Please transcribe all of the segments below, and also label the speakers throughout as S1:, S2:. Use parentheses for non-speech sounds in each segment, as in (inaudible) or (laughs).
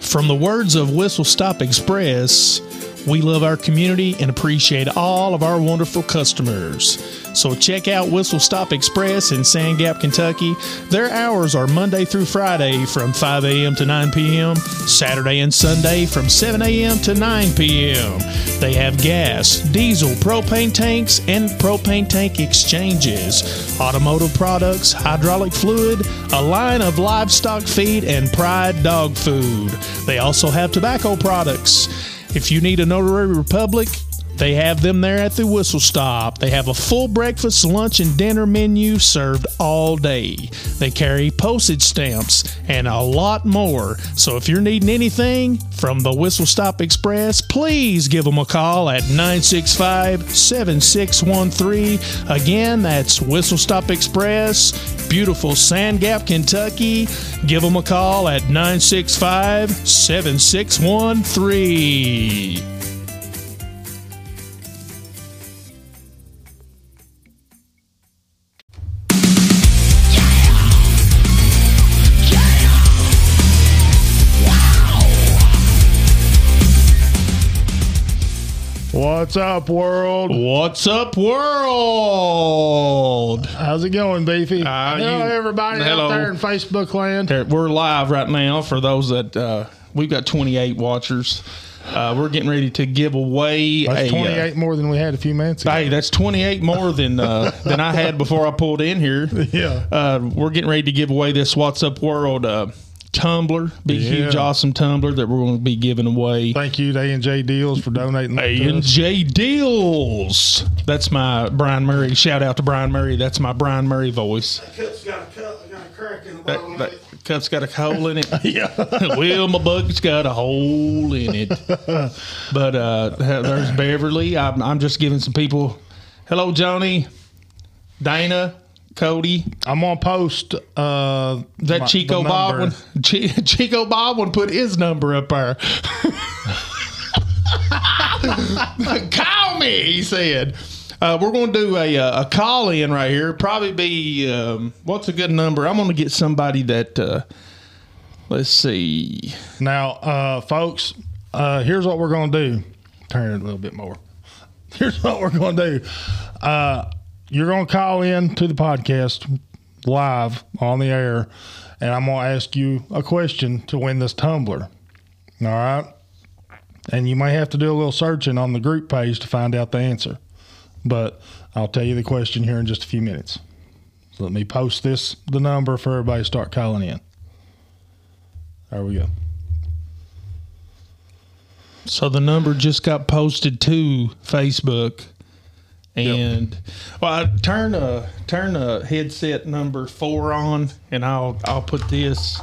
S1: From the words of Whistle Stop Express, we love our community and appreciate all of our wonderful customers. So check out Whistle Stop Express in Sand Gap, Kentucky. Their hours are Monday through Friday from 5 a.m. to 9 p.m., Saturday and Sunday from 7 a.m. to 9 p.m. They have gas, diesel, propane tanks, and propane tank exchanges, automotive products, hydraulic fluid, a line of livestock feed, and pride dog food. They also have tobacco products. If you need a Notary Republic, they have them there at the Whistle Stop. They have a full breakfast, lunch, and dinner menu served all day. They carry postage stamps and a lot more. So if you're needing anything from the Whistle Stop Express, please give them a call at 965 7613. Again, that's Whistle Stop Express, beautiful Sand Gap, Kentucky. Give them a call at 965 7613.
S2: What's up, world?
S1: What's up, world?
S2: How's it going, Beefy?
S1: Uh,
S2: hello,
S1: you-
S2: everybody
S1: hello.
S2: out there in Facebook land.
S1: There- We're live right now for those that uh, we've got 28 watchers. Uh, we're getting ready to give away
S2: That's
S1: a, uh,
S2: 28 more than we had a few minutes ago.
S1: hey, that's 28 more than uh, (laughs) than I had before I pulled in here.
S2: Yeah.
S1: Uh, we're getting ready to give away this What's Up World uh, tumbler, big,
S2: Yeah.
S1: huge, awesome tumbler that we're going to be giving away.
S2: Thank you to A&J Deals for donating. that
S1: A
S2: to
S1: and
S2: us.
S1: J Deals. That's my Brian Murray. Shout out to Brian Murray. That's my Brian Murray voice.
S3: Cup's got a cup, got a crack in the
S1: That,
S3: bottom of
S1: that
S3: it.
S1: cup's got a hole in it.
S2: (laughs) Yeah.
S1: (laughs) well, my bucket's got a hole in it. But uh, there's Beverly. I'm, I'm just giving some people. Hello, Johnny, Dana, Cody.
S2: I'm going to post uh,
S1: Is that
S2: my-
S1: Chico
S2: the
S1: Bob
S2: number.
S1: one? Chi- (laughs) Chico Bob one put his number up there. (laughs) call me, he said. Uh, we're going to do a, uh, a call in right here. Probably be um, what's a good number? I'm going to get somebody that. Uh, let's see.
S2: Now, uh, folks, uh, here's what we're going to do. Turn it a little bit more. (laughs) Here's what we're going to do. Uh, you're going to call in to the podcast live on the air, and I'm going to ask you a question to win this tumbler. All right. And you may have to do a little searching on the group page to find out the answer. But I'll tell you the question here in just a few minutes. Let me post this, the number for everybody to start calling in. There we go.
S1: So the number just got posted to Facebook, and well, I turn a turn a headset number four on, and I'll I'll put this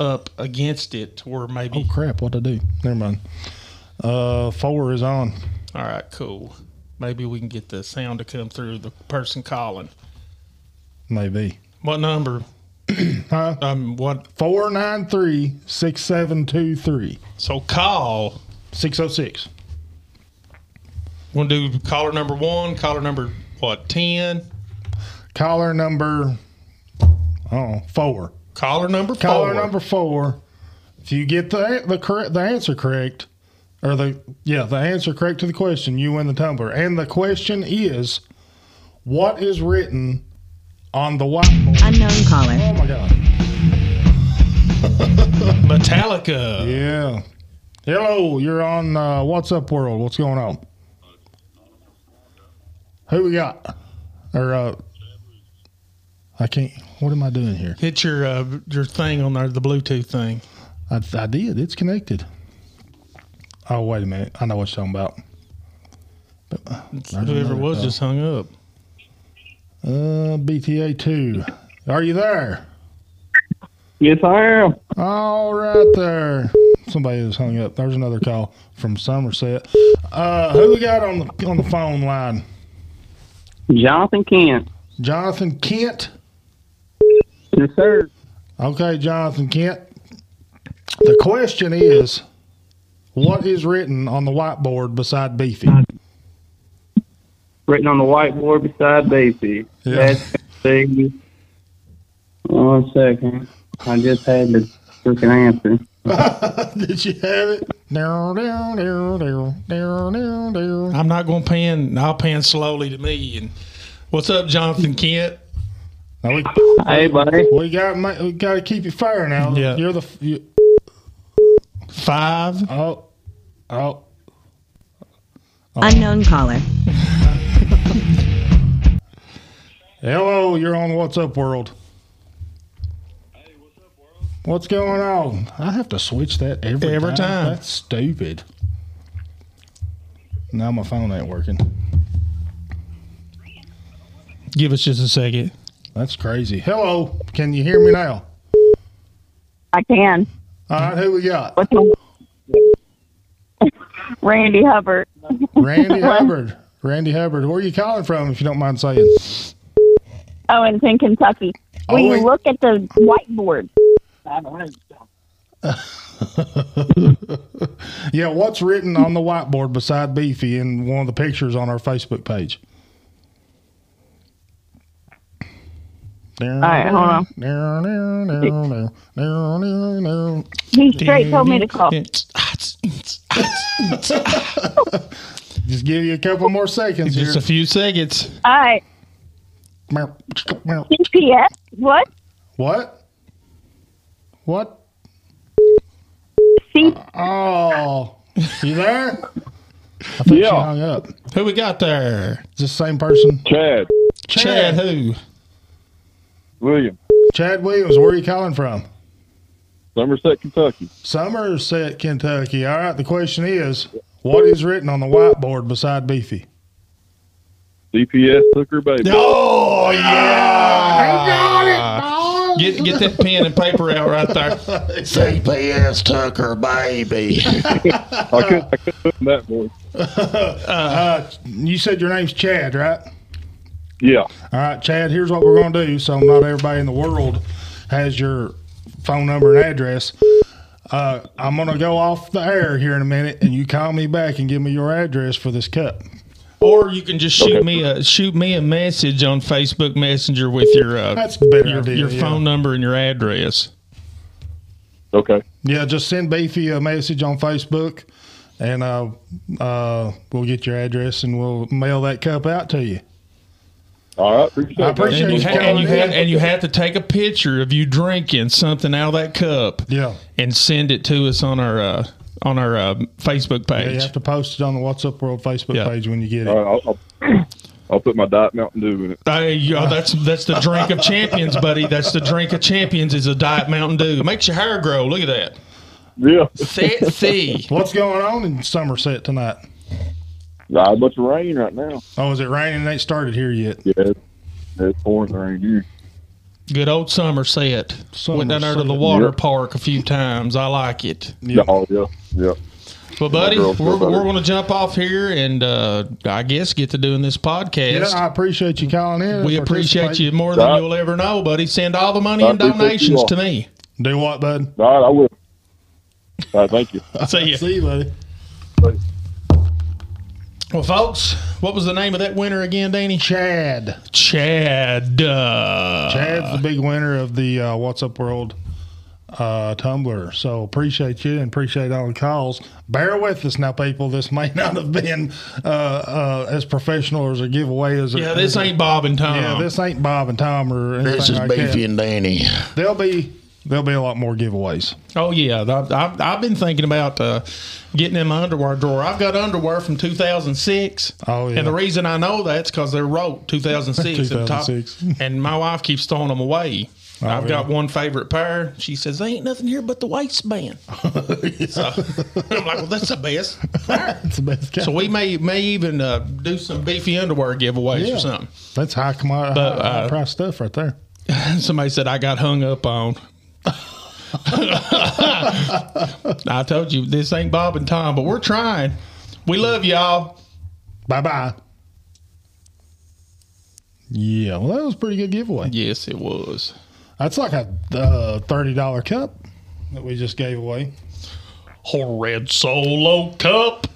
S1: up against it to where maybe.
S2: Oh, crap, what'd I do? Never mind. Uh, four is on.
S1: All right, cool. Maybe we can get the sound to come through the person calling.
S2: Maybe.
S1: What number?
S2: Huh?
S1: Um, what?
S2: Four nine three six seven two three
S1: So call.
S2: six zero six.
S1: We'll do caller number one. Caller number what? Ten.
S2: Caller number. Oh, four.
S1: Caller number
S2: Caller
S1: four.
S2: number four. If you get the the correct the answer correct, or the yeah the answer correct to the question, you win the tumbler. And the question is, what is written on the whiteboard?
S4: Unknown caller.
S2: Oh my god.
S1: Metallica.
S2: Yeah. Hello, you're on uh, What's Up World. What's going on? Who we got? Or uh, I can't. What am I doing here?
S1: Hit your uh, your thing on there, the Bluetooth thing.
S2: I, I did. It's connected. Oh wait a minute. I know what you're talking about. There's
S1: Whoever it
S2: another
S1: was
S2: call.
S1: just hung up.
S2: Uh, BTA two. Are you there?
S5: Yes, I am.
S2: All right there. Somebody is hung up. There's another call from Somerset. Uh, who we got on the on the phone line?
S5: Jonathan Kent.
S2: Jonathan Kent.
S5: Yes, sir.
S2: Okay, Jonathan Kent. The question is, what is written on the whiteboard beside Beefy?
S5: Written on the whiteboard beside Beefy.
S2: Yeah.
S5: That's the- One second. I just had to took an answer.
S2: (laughs) Did you have it? Down, down, down, down, down, down, down.
S1: I'm not going to pan. I'll pan slowly to me. And what's up, Jonathan Kent?
S2: Now we,
S5: Hey, buddy.
S2: we got ma- we got to keep it fair now.
S1: Yeah.
S2: You're the f- you,
S1: Five.
S2: oh oh.
S4: Unknown caller.
S2: Hello, you're on What's Up World.
S6: Hey, what's up, world?
S2: What's going on? I have to switch that every
S1: Every time.
S2: That's stupid. Now my phone ain't working.
S1: Give us just a second.
S2: That's crazy. Hello, can you hear me now?
S7: I can.
S2: All right, who we
S7: (laughs)
S2: got?
S7: What's my- Randy Hubbard,
S2: Randy Hubbard. Randy Hubbard. Where are you calling from, if you don't mind saying?
S7: Owenston, Oh, Kentucky. Will
S2: Owen-
S7: you look at the whiteboard?
S2: Yeah, what's written on the whiteboard beside Beefy in one of the pictures on our Facebook page? All
S7: right, hold on.
S2: on.
S7: He straight told me to call.
S2: Just give you a couple more seconds
S1: Just a
S2: here.
S1: few seconds.
S7: All right. TPS? What?
S2: What? What?
S7: C-
S2: Oh, you there? I think she
S6: Yeah.
S2: hung up. Is
S1: Who we got there?
S2: this the same person?
S6: Chad,
S1: Chad. Who?
S6: William,
S2: Chad Williams, where are you calling from?
S6: Somerset, Kentucky.
S2: Somerset, Kentucky. All right, the question is what is written on the whiteboard beside Beefy?
S6: DPS took her baby.
S1: Oh yeah! Get get that pen and paper out right there.
S8: CPS Tucker, baby.
S6: I couldn't, I couldn't put in that voice.
S2: Uh, you said your name's Chad, right?
S6: Yeah,
S2: All right, Chad, here's what we're going to do. So, not everybody in the world has your phone number and address. Uh, I'm going to go off the air here in a minute, and you call me back and give me your address for this cup.
S1: Or you can just shoot me a shoot me a message on Facebook Messenger with your uh,
S2: That's a better
S1: your,
S2: idea,
S1: your
S2: yeah.
S1: phone number and your address.
S6: okay.
S2: Yeah, just send Beefy a message on Facebook, and uh, uh, we'll get your address and we'll mail that cup out to you.
S6: All right, appreciate
S2: I
S6: it.
S2: appreciate
S1: And
S2: Appreciate
S1: you,
S2: you
S1: ha-
S2: calling
S1: and, you
S2: in.
S1: ha- and you have to take a picture of you drinking something out of that cup
S2: Yeah.
S1: and send it to us on our uh, on our uh, Facebook
S2: Yeah, you
S1: page.
S2: have to post it on the What's Up World Facebook
S1: Yeah.
S2: page when you get it.
S6: All right, I'll, I'll, I'll put my Diet Mountain Dew in it.
S1: Hey, yo, Uh, that's that's the drink of champions, buddy. That's the drink of champions is a diet Mountain Dew. Makes your hair grow. Look at that.
S6: Yeah,
S1: Fancy.
S2: What's going on in Somerset tonight?
S6: Nah, a bunch of rain right now.
S2: Oh, is it raining? It ain't started here yet.
S6: Yeah, it's, it's pouring rain. You
S1: Good old Somerset. Went down there to the
S2: Somerset,
S1: water
S6: yep.
S1: park a few times. I like it.
S2: Yeah.
S6: Oh yeah, yeah.
S1: But buddy, we're,
S6: girl feel
S1: we're
S6: better.
S1: going to jump off here and uh, I guess get to doing this
S2: Yeah,
S1: podcast.
S2: I appreciate you calling in. and
S1: we appreciate
S2: participating.
S1: you more than
S6: Right.
S1: you'll ever know, buddy. Send all the money
S6: I
S1: and
S6: appreciate you
S1: donations
S6: all.
S1: to me.
S2: Do what, bud?
S6: All right, I will. All right, thank you.
S1: See you.
S2: See you, buddy.
S1: Well, folks, what was the name of that winner again, Danny?
S2: Chad.
S1: Chad. Uh,
S2: Chad's the big winner of the uh, What's Up World uh, Tumblr. So appreciate you and appreciate all the calls. Bear with us now, people. This may (laughs) not have been uh, uh, as professional as a giveaway as.
S1: Yeah,
S2: a,
S1: this
S2: as a-
S1: ain't Bob and Tom.
S2: Yeah, this ain't Bob and Tom or anything
S8: This is
S2: like
S8: Beefy
S2: that.
S8: and Danny.
S2: There'll be there'll be a lot more
S8: (laughs)
S2: giveaways.
S1: Oh yeah, I've, I've, I've been thinking about uh, getting in my underwear drawer. I've got underwear from 2006.
S2: Oh, yeah.
S1: And the reason I know that's because they're wrote 2006. and top-
S2: 2006.
S1: and my wife keeps throwing them away. I've
S2: yeah.
S1: got one favorite pair. She says they ain't nothing here but the waistband. (laughs) so I'm like, well, that's the best. pair."
S2: (laughs) That's the best.
S1: so we may may even uh, do some beefy underwear giveaways
S2: Yeah.
S1: or something.
S2: That's high commodity,
S1: But,
S2: high, high
S1: uh,
S2: price stuff right there.
S1: Somebody said I got hung up on. (laughs) I told you this ain't Bob and Tom, but we're trying. We love y'all.
S2: Bye bye. Yeah, well, that was a pretty good giveaway.
S1: Yes, it was.
S2: That's like a uh, thirty dollar cup that we just gave away.
S1: Red Solo Cup.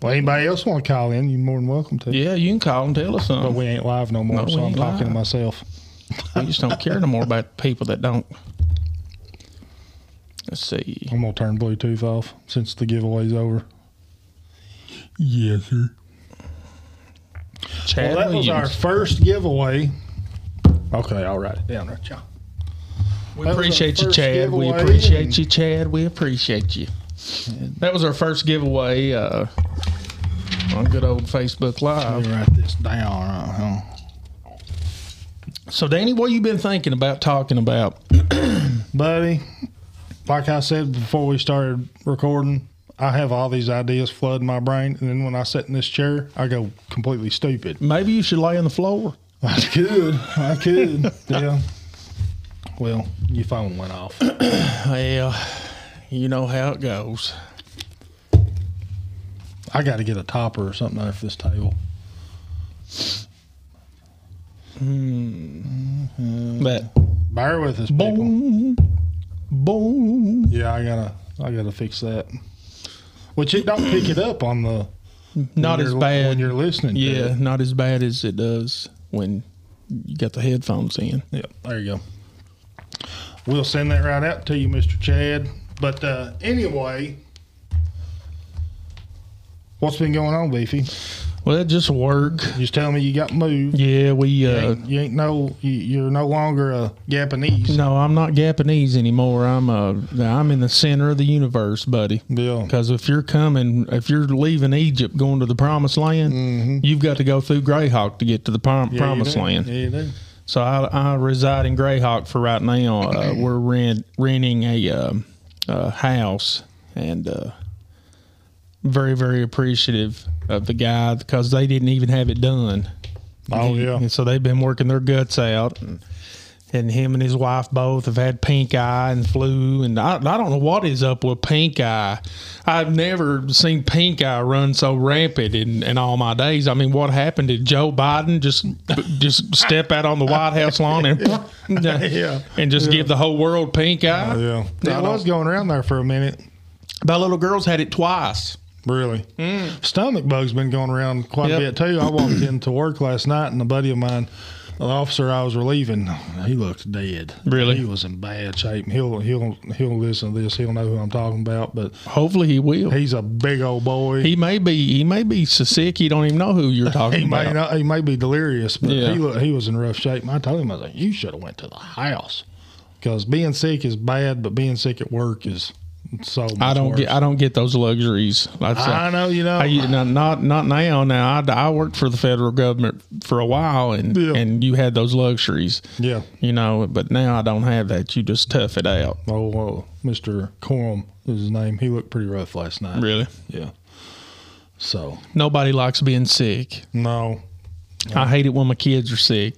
S2: Well, anybody else want to call in? You're more than welcome to.
S1: Yeah, you can call and tell us
S2: But
S1: something.
S2: we ain't live no more,
S1: No,
S2: so
S1: we
S2: I'm
S1: ain't
S2: talking to
S1: live.
S2: myself.
S1: We just (laughs) don't care no more about people that don't. Let's see.
S2: I'm gonna turn Bluetooth off since the giveaway's over. Yes, sir.
S1: Chad
S2: Well, that was our
S1: Williams.
S2: first giveaway. Okay, I'll write it down right, y'all.
S1: We
S2: that was our
S1: appreciate you,
S2: first
S1: Chad. We
S2: giveaway.
S1: appreciate you, Chad. We appreciate you. That was our first giveaway uh, on good old Facebook
S2: Let
S1: Live.
S2: me write this down. Right, huh?
S1: So, Danny, what you been thinking about talking about?
S2: buddy. Like I said before we started recording, I have all these ideas flooding my brain, and then when I sit in this chair, I go completely stupid.
S1: Maybe you should lay on the floor.
S2: I could, I could, yeah. Well, your phone went off.
S1: Well, you know how it goes.
S2: I got to get a topper or something off this table.
S1: That
S2: Bear with us, people.
S1: boom, boom.
S2: Yeah, I gotta, I gotta fix that. Which it don't pick it up on the
S1: Not as
S2: when you're- when
S1: bad.
S2: you're listening. to
S1: Yeah,
S2: it.
S1: not as bad as it does when you got the headphones in.
S2: Yeah, there you go. We'll send that right out to you, Mr. Chad. But uh, anyway, what's been going on, Beefy?
S1: Well, that just work.
S2: Just tell me you got moved.
S1: Yeah, we. Uh,
S2: Ain't- you ain't no, you, you're no longer a Japanese.
S1: no, I'm not Japanese anymore. I'm uh, I'm in the center of the universe, buddy.
S2: Bill.
S1: Because if you're coming, if you're leaving Egypt, going to the promised land, you've got to go through Greyhawk to get to the prom-
S2: Mm-hmm. Yeah, you
S1: promised
S2: do.
S1: land.
S2: Yeah, you do.
S1: So I, I reside in Greyhawk for right now. Uh, we're rent, renting a, um, a house and uh, very, very appreciative of the guy because they didn't even have it done.
S2: Oh, yeah.
S1: And so they've been working their guts out. And, and him and his wife both have had pink eye and flu. And I, I don't know what is up with pink eye. I've never seen pink eye run so rampant in, in all my days. I mean, what happened? Did Joe Biden just just step out on the White House lawn and, (laughs)
S2: Yeah.
S1: and just give the whole world pink eye?
S2: Oh, yeah. It was going around there for a minute.
S1: My little girl's had it twice.
S2: Really. Stomach bug's been going around quite
S1: Yep.
S2: a bit too.
S1: (clears throat)
S2: I walked into work last night and a buddy of mine, the officer I was relieving, he looked dead.
S1: Really?
S2: He was in bad shape. He'll he'll he'll listen to this. He'll know who I'm talking about, but
S1: Hopefully he will.
S2: he's a big old boy.
S1: He may be he may be so sick you don't even know who you're talking
S2: (laughs) He
S1: about.
S2: may not, he may be delirious, but
S1: Yeah.
S2: he look, he was in rough shape. And I told him I was like, you should have went to the house because being sick is bad, but being sick at work is so. Much
S1: I don't
S2: worse.
S1: get I don't get those luxuries. That's
S2: I know you know.
S1: I, you know, not not now. Now I, I worked for the federal government for a while, and
S2: Yeah.
S1: and you had those luxuries,
S2: yeah.
S1: you know. But now I don't have that. You just tough it out.
S2: Oh, uh, Mr. Corum is his name. He looked pretty rough last night.
S1: Really,
S2: Yeah. So
S1: nobody likes being sick.
S2: no,
S1: I hate it when my kids are sick.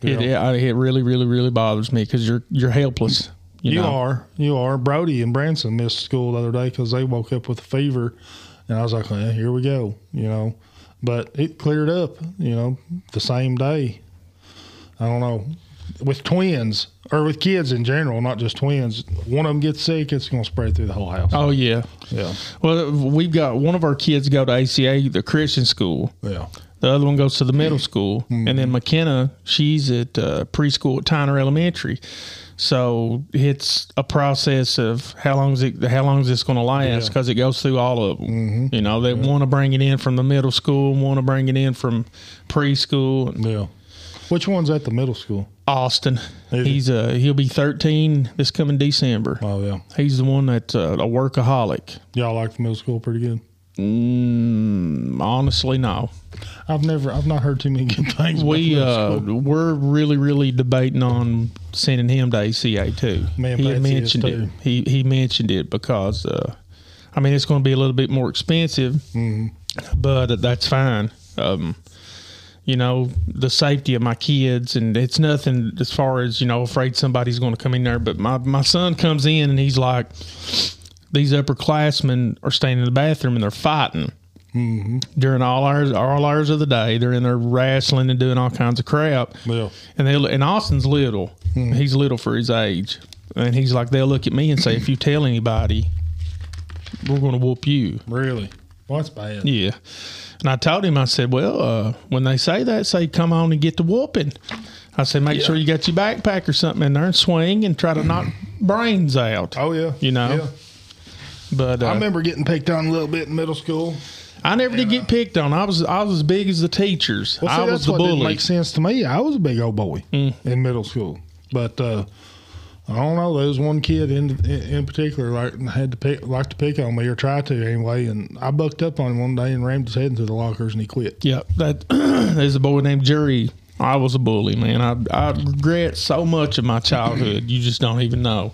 S1: It it,
S2: Yeah.
S1: I- it really really really bothers me because you're you're helpless. You,
S2: you,
S1: know?
S2: are you are. Brody and Branson missed school the other day because they woke up with a fever, and I was like, eh, here we go, you know. But it cleared up, you know, the same day. I don't know. With twins or with kids in general, not just twins, one of them gets sick, it's going to spread through the whole house.
S1: Oh yeah.
S2: Yeah.
S1: Well, we've got one of our kids go to ACA, the Christian school.
S2: Yeah.
S1: The other one goes to the middle school, and then McKenna, she's at uh, preschool at Tyner Elementary. So it's a process of how long is it? How long is this going to last? Because it goes through all of them. You know, they want to bring it in from the middle school, want to bring it in from preschool. and
S2: Yeah. Which one's at the middle school?
S1: Austin,
S2: Is he?
S1: he's uh he'll be thirteen this coming December.
S2: Oh, yeah.
S1: He's the one that's uh, a workaholic.
S2: Y'all like the middle school pretty good.
S1: Mm, honestly, no.
S2: I've never, I've not heard too many good things. about
S1: We
S2: middle
S1: uh,
S2: school.
S1: we're really really debating on sending him to ACA too.
S2: Me and
S1: he had
S2: Patsy is
S1: mentioned it.
S2: too.
S1: He he mentioned it because uh, I mean it's going to be a little bit more expensive,
S2: Mm-hmm.
S1: but that's fine. Um, you know the safety of my kids, and it's nothing as far as you know afraid somebody's going to come in there. But my my son comes in and he's like, these upperclassmen are staying in the bathroom and they're fighting during all hours all hours of the day. They're in there wrestling and doing all kinds of crap.
S2: Yeah.
S1: And they and Austin's little. He's little for his age. And he's like, they'll look at me and say, if you tell anybody, we're going to whoop you.
S2: Really? Well, that's bad.
S1: Yeah. And I told him, I said, well, uh, when they say that, say, come on and get the whooping. I said, make sure you got your backpack or something in there and swing and try to
S2: Mm-hmm.
S1: knock brains out.
S2: Oh yeah,
S1: You know?
S2: Yeah.
S1: But uh,
S2: I remember getting picked on a little bit in middle school.
S1: I never did get picked on. I was I was as big as the teachers.
S2: Well, see,
S1: I was
S2: that's
S1: the
S2: what didn't
S1: bully. Mm.
S2: make sense to me. I was a big old boy in middle school, but uh, I don't know. There was one kid in in, in particular like had to pick like to pick on me or try to anyway, and I bucked up on him one day and rammed his head into the lockers and he quit.
S1: Yep, that (clears throat) there's a boy named Jerry. I was a bully, man. I I regret so much of my childhood. You just don't even know.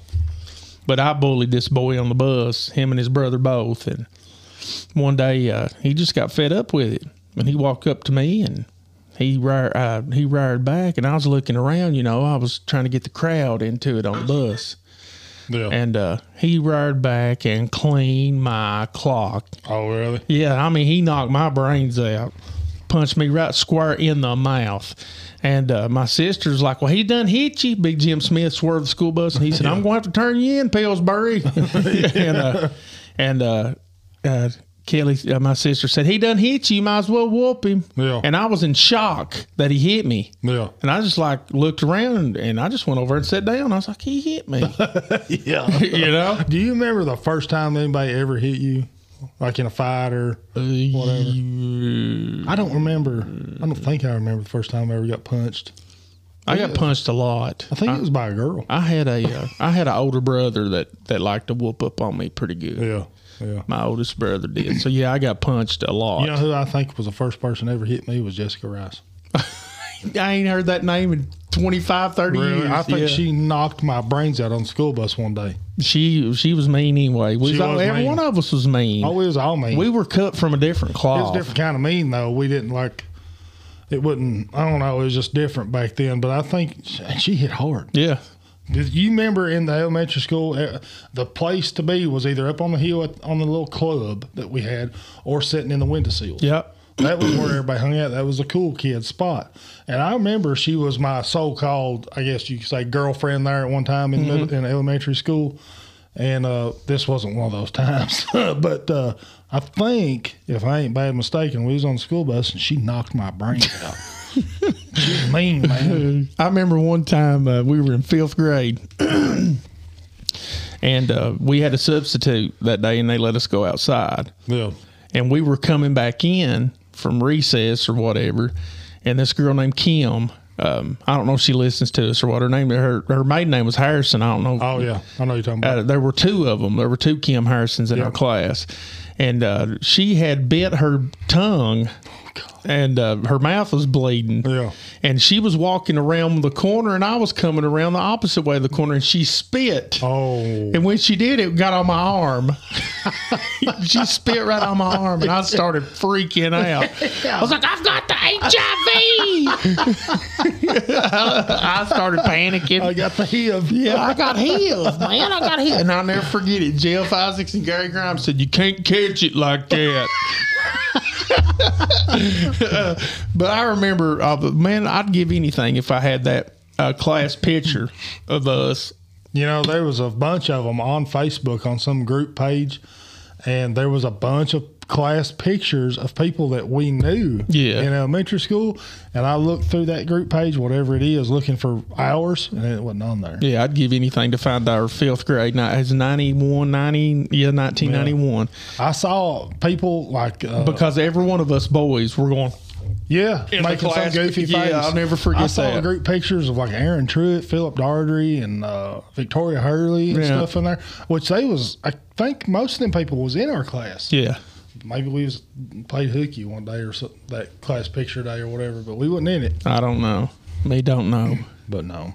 S1: But I bullied this boy on the bus, him and his brother both, and one day uh, he just got fed up with it, and he walked up to me and he rir- uh, he reared back, and I was looking around. You know, I was trying to get the crowd into it on the bus,
S2: Yeah.
S1: and uh, he reared back and cleaned my clock.
S2: oh really?
S1: Yeah, I mean, he knocked my brains out, punched me right square in the mouth. And uh, my sister's like, Well, he done hit you. Big Jim Smith swerved the school bus, and he
S2: (laughs)
S1: said, I'm going to have to turn you in, Pillsbury. and uh, and uh, uh, Kelly, uh, my sister, said, He done hit you. You might as well whoop him.
S2: Yeah.
S1: And I was in shock that he hit me.
S2: Yeah.
S1: And I just like looked around and, and I just went over and sat down. I was like, He hit me.
S2: (laughs)
S1: (laughs)
S2: Yeah.
S1: you know?
S2: Do you remember the first time anybody ever hit you, like in a fight or?
S1: Whatever.
S2: I don't remember. I don't think I remember the first time I ever got punched.
S1: I got punched a lot.
S2: I think it was by a girl.
S1: I had a uh, I had an older brother that that liked to whoop up on me pretty good.
S2: Yeah. Yeah.
S1: My oldest brother did. So yeah, I got punched a lot.
S2: You know who I think was the first person ever hit me was Jessica Rice.
S1: I ain't heard that name in 25, 30 years.
S2: I think
S1: Yeah.
S2: she knocked my brains out on the school bus one day.
S1: she she was mean anyway. We
S2: She
S1: was all-
S2: was
S1: every
S2: mean.
S1: one of us was mean.
S2: Oh, it was all mean.
S1: we were cut from a different
S2: it was
S1: cloth.
S2: different kind of mean though. We didn't like. It wouldn't. I don't know. It was just different back then. But I think she, she hit hard.
S1: Yeah.
S2: Did you remember in the elementary school, uh, the place to be was either up on the hill at, on the little club that we had, or sitting in the windowsill.
S1: Yep.
S2: That was where everybody hung out. That was a cool kid spot. And I remember she was my so called, I guess you could say, girlfriend there at one time in, middle, in elementary school. And uh, this wasn't one of those (laughs) times. but uh, I think, if I ain't bad mistaken, we was on the school bus and she knocked my brains out. (laughs) she was mean, man.
S1: I remember one time uh, we were in fifth grade, (clears throat) and uh, we had a substitute that day, and they let us go outside.
S2: (laughs) Yeah.
S1: and we were coming back in from recess or whatever, and this girl named Kim. Um, I don't know if she listens to us or what her name. Her her maiden name was Harrison. I don't know.
S2: Oh, yeah. I know you're talking about.
S1: Uh, there were two of them. There were two Kim Harrisons in our class, and uh, she had bit her tongue, and uh, her mouth was bleeding.
S2: Yeah.
S1: and she was walking around the corner, and I was coming around the opposite way of the corner, and she spit.
S2: Oh.
S1: And when she did, it got on my arm. (laughs) she spit right on my arm, and I started freaking out. I was like, "I've got the HIV!" I started panicking.
S2: I got the HIV.
S1: yeah, I got HIV, man. I got HIV, and I'll never forget it. Jeff Isaacs and Gary Grimes said, "You can't catch it like that." (laughs) but I remember, uh, man, I'd give anything if I had that uh, class picture of us.
S2: You know, there was a bunch of them on Facebook on some group page, and there was a bunch of class pictures of people that we knew
S1: Yeah.
S2: in elementary school. And I looked through that group page, whatever it is, looking for hours, and it wasn't on there.
S1: Yeah, I'd give anything to find our fifth grade. Now, it's 91, 90, yeah, 1991.
S2: I saw people like, uh,
S1: Because every one of us boys were going,
S2: yeah,
S1: the
S2: making some
S1: class-
S2: goofy
S1: yeah,
S2: face.
S1: I'll never forget
S2: I saw
S1: that.
S2: group pictures of like Aaron Truitt, Philip Daugherty, and uh, Victoria Hurley and
S1: Yeah.
S2: stuff in there, which they was, I think most of them people was in our class.
S1: yeah,
S2: maybe we was played hooky one day or so, that class picture day or whatever, but we wasn't in it.
S1: I don't know. Me don't know.
S2: But no.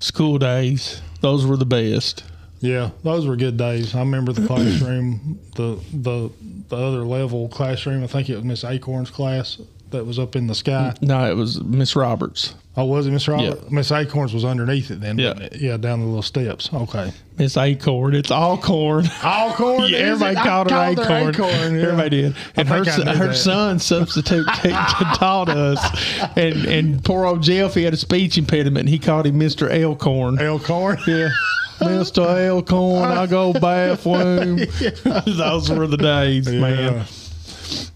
S1: School days, those were the best.
S2: Yeah, those were good days. I remember
S1: (clears throat)
S2: the classroom, the the the other level classroom. I think it was Miss Acorn's class that was up in the sky.
S1: No, it was Miss Roberts.
S2: Oh, was it Miss Robert?
S1: Mm-hmm. Yeah.
S2: Miss Acorn's was underneath it then.
S1: Yeah.
S2: wasn't it? yeah, down the little steps. Okay.
S1: Miss Acorn. It's all corn.
S2: Alcorn.
S1: (laughs) Yeah, everybody called her Acorn. Everybody did. And her,
S2: think I
S1: son,
S2: knew
S1: her
S2: that.
S1: son substitute (laughs) te- taught us. And and poor old Jeff, he had a speech impediment. He called him Mr. Elkhorn.
S2: Elkhorn.
S1: (laughs) Yeah. Mr.
S2: (laughs)
S1: (laughs) Elkhorn, I go bathroom. Those were the days, man.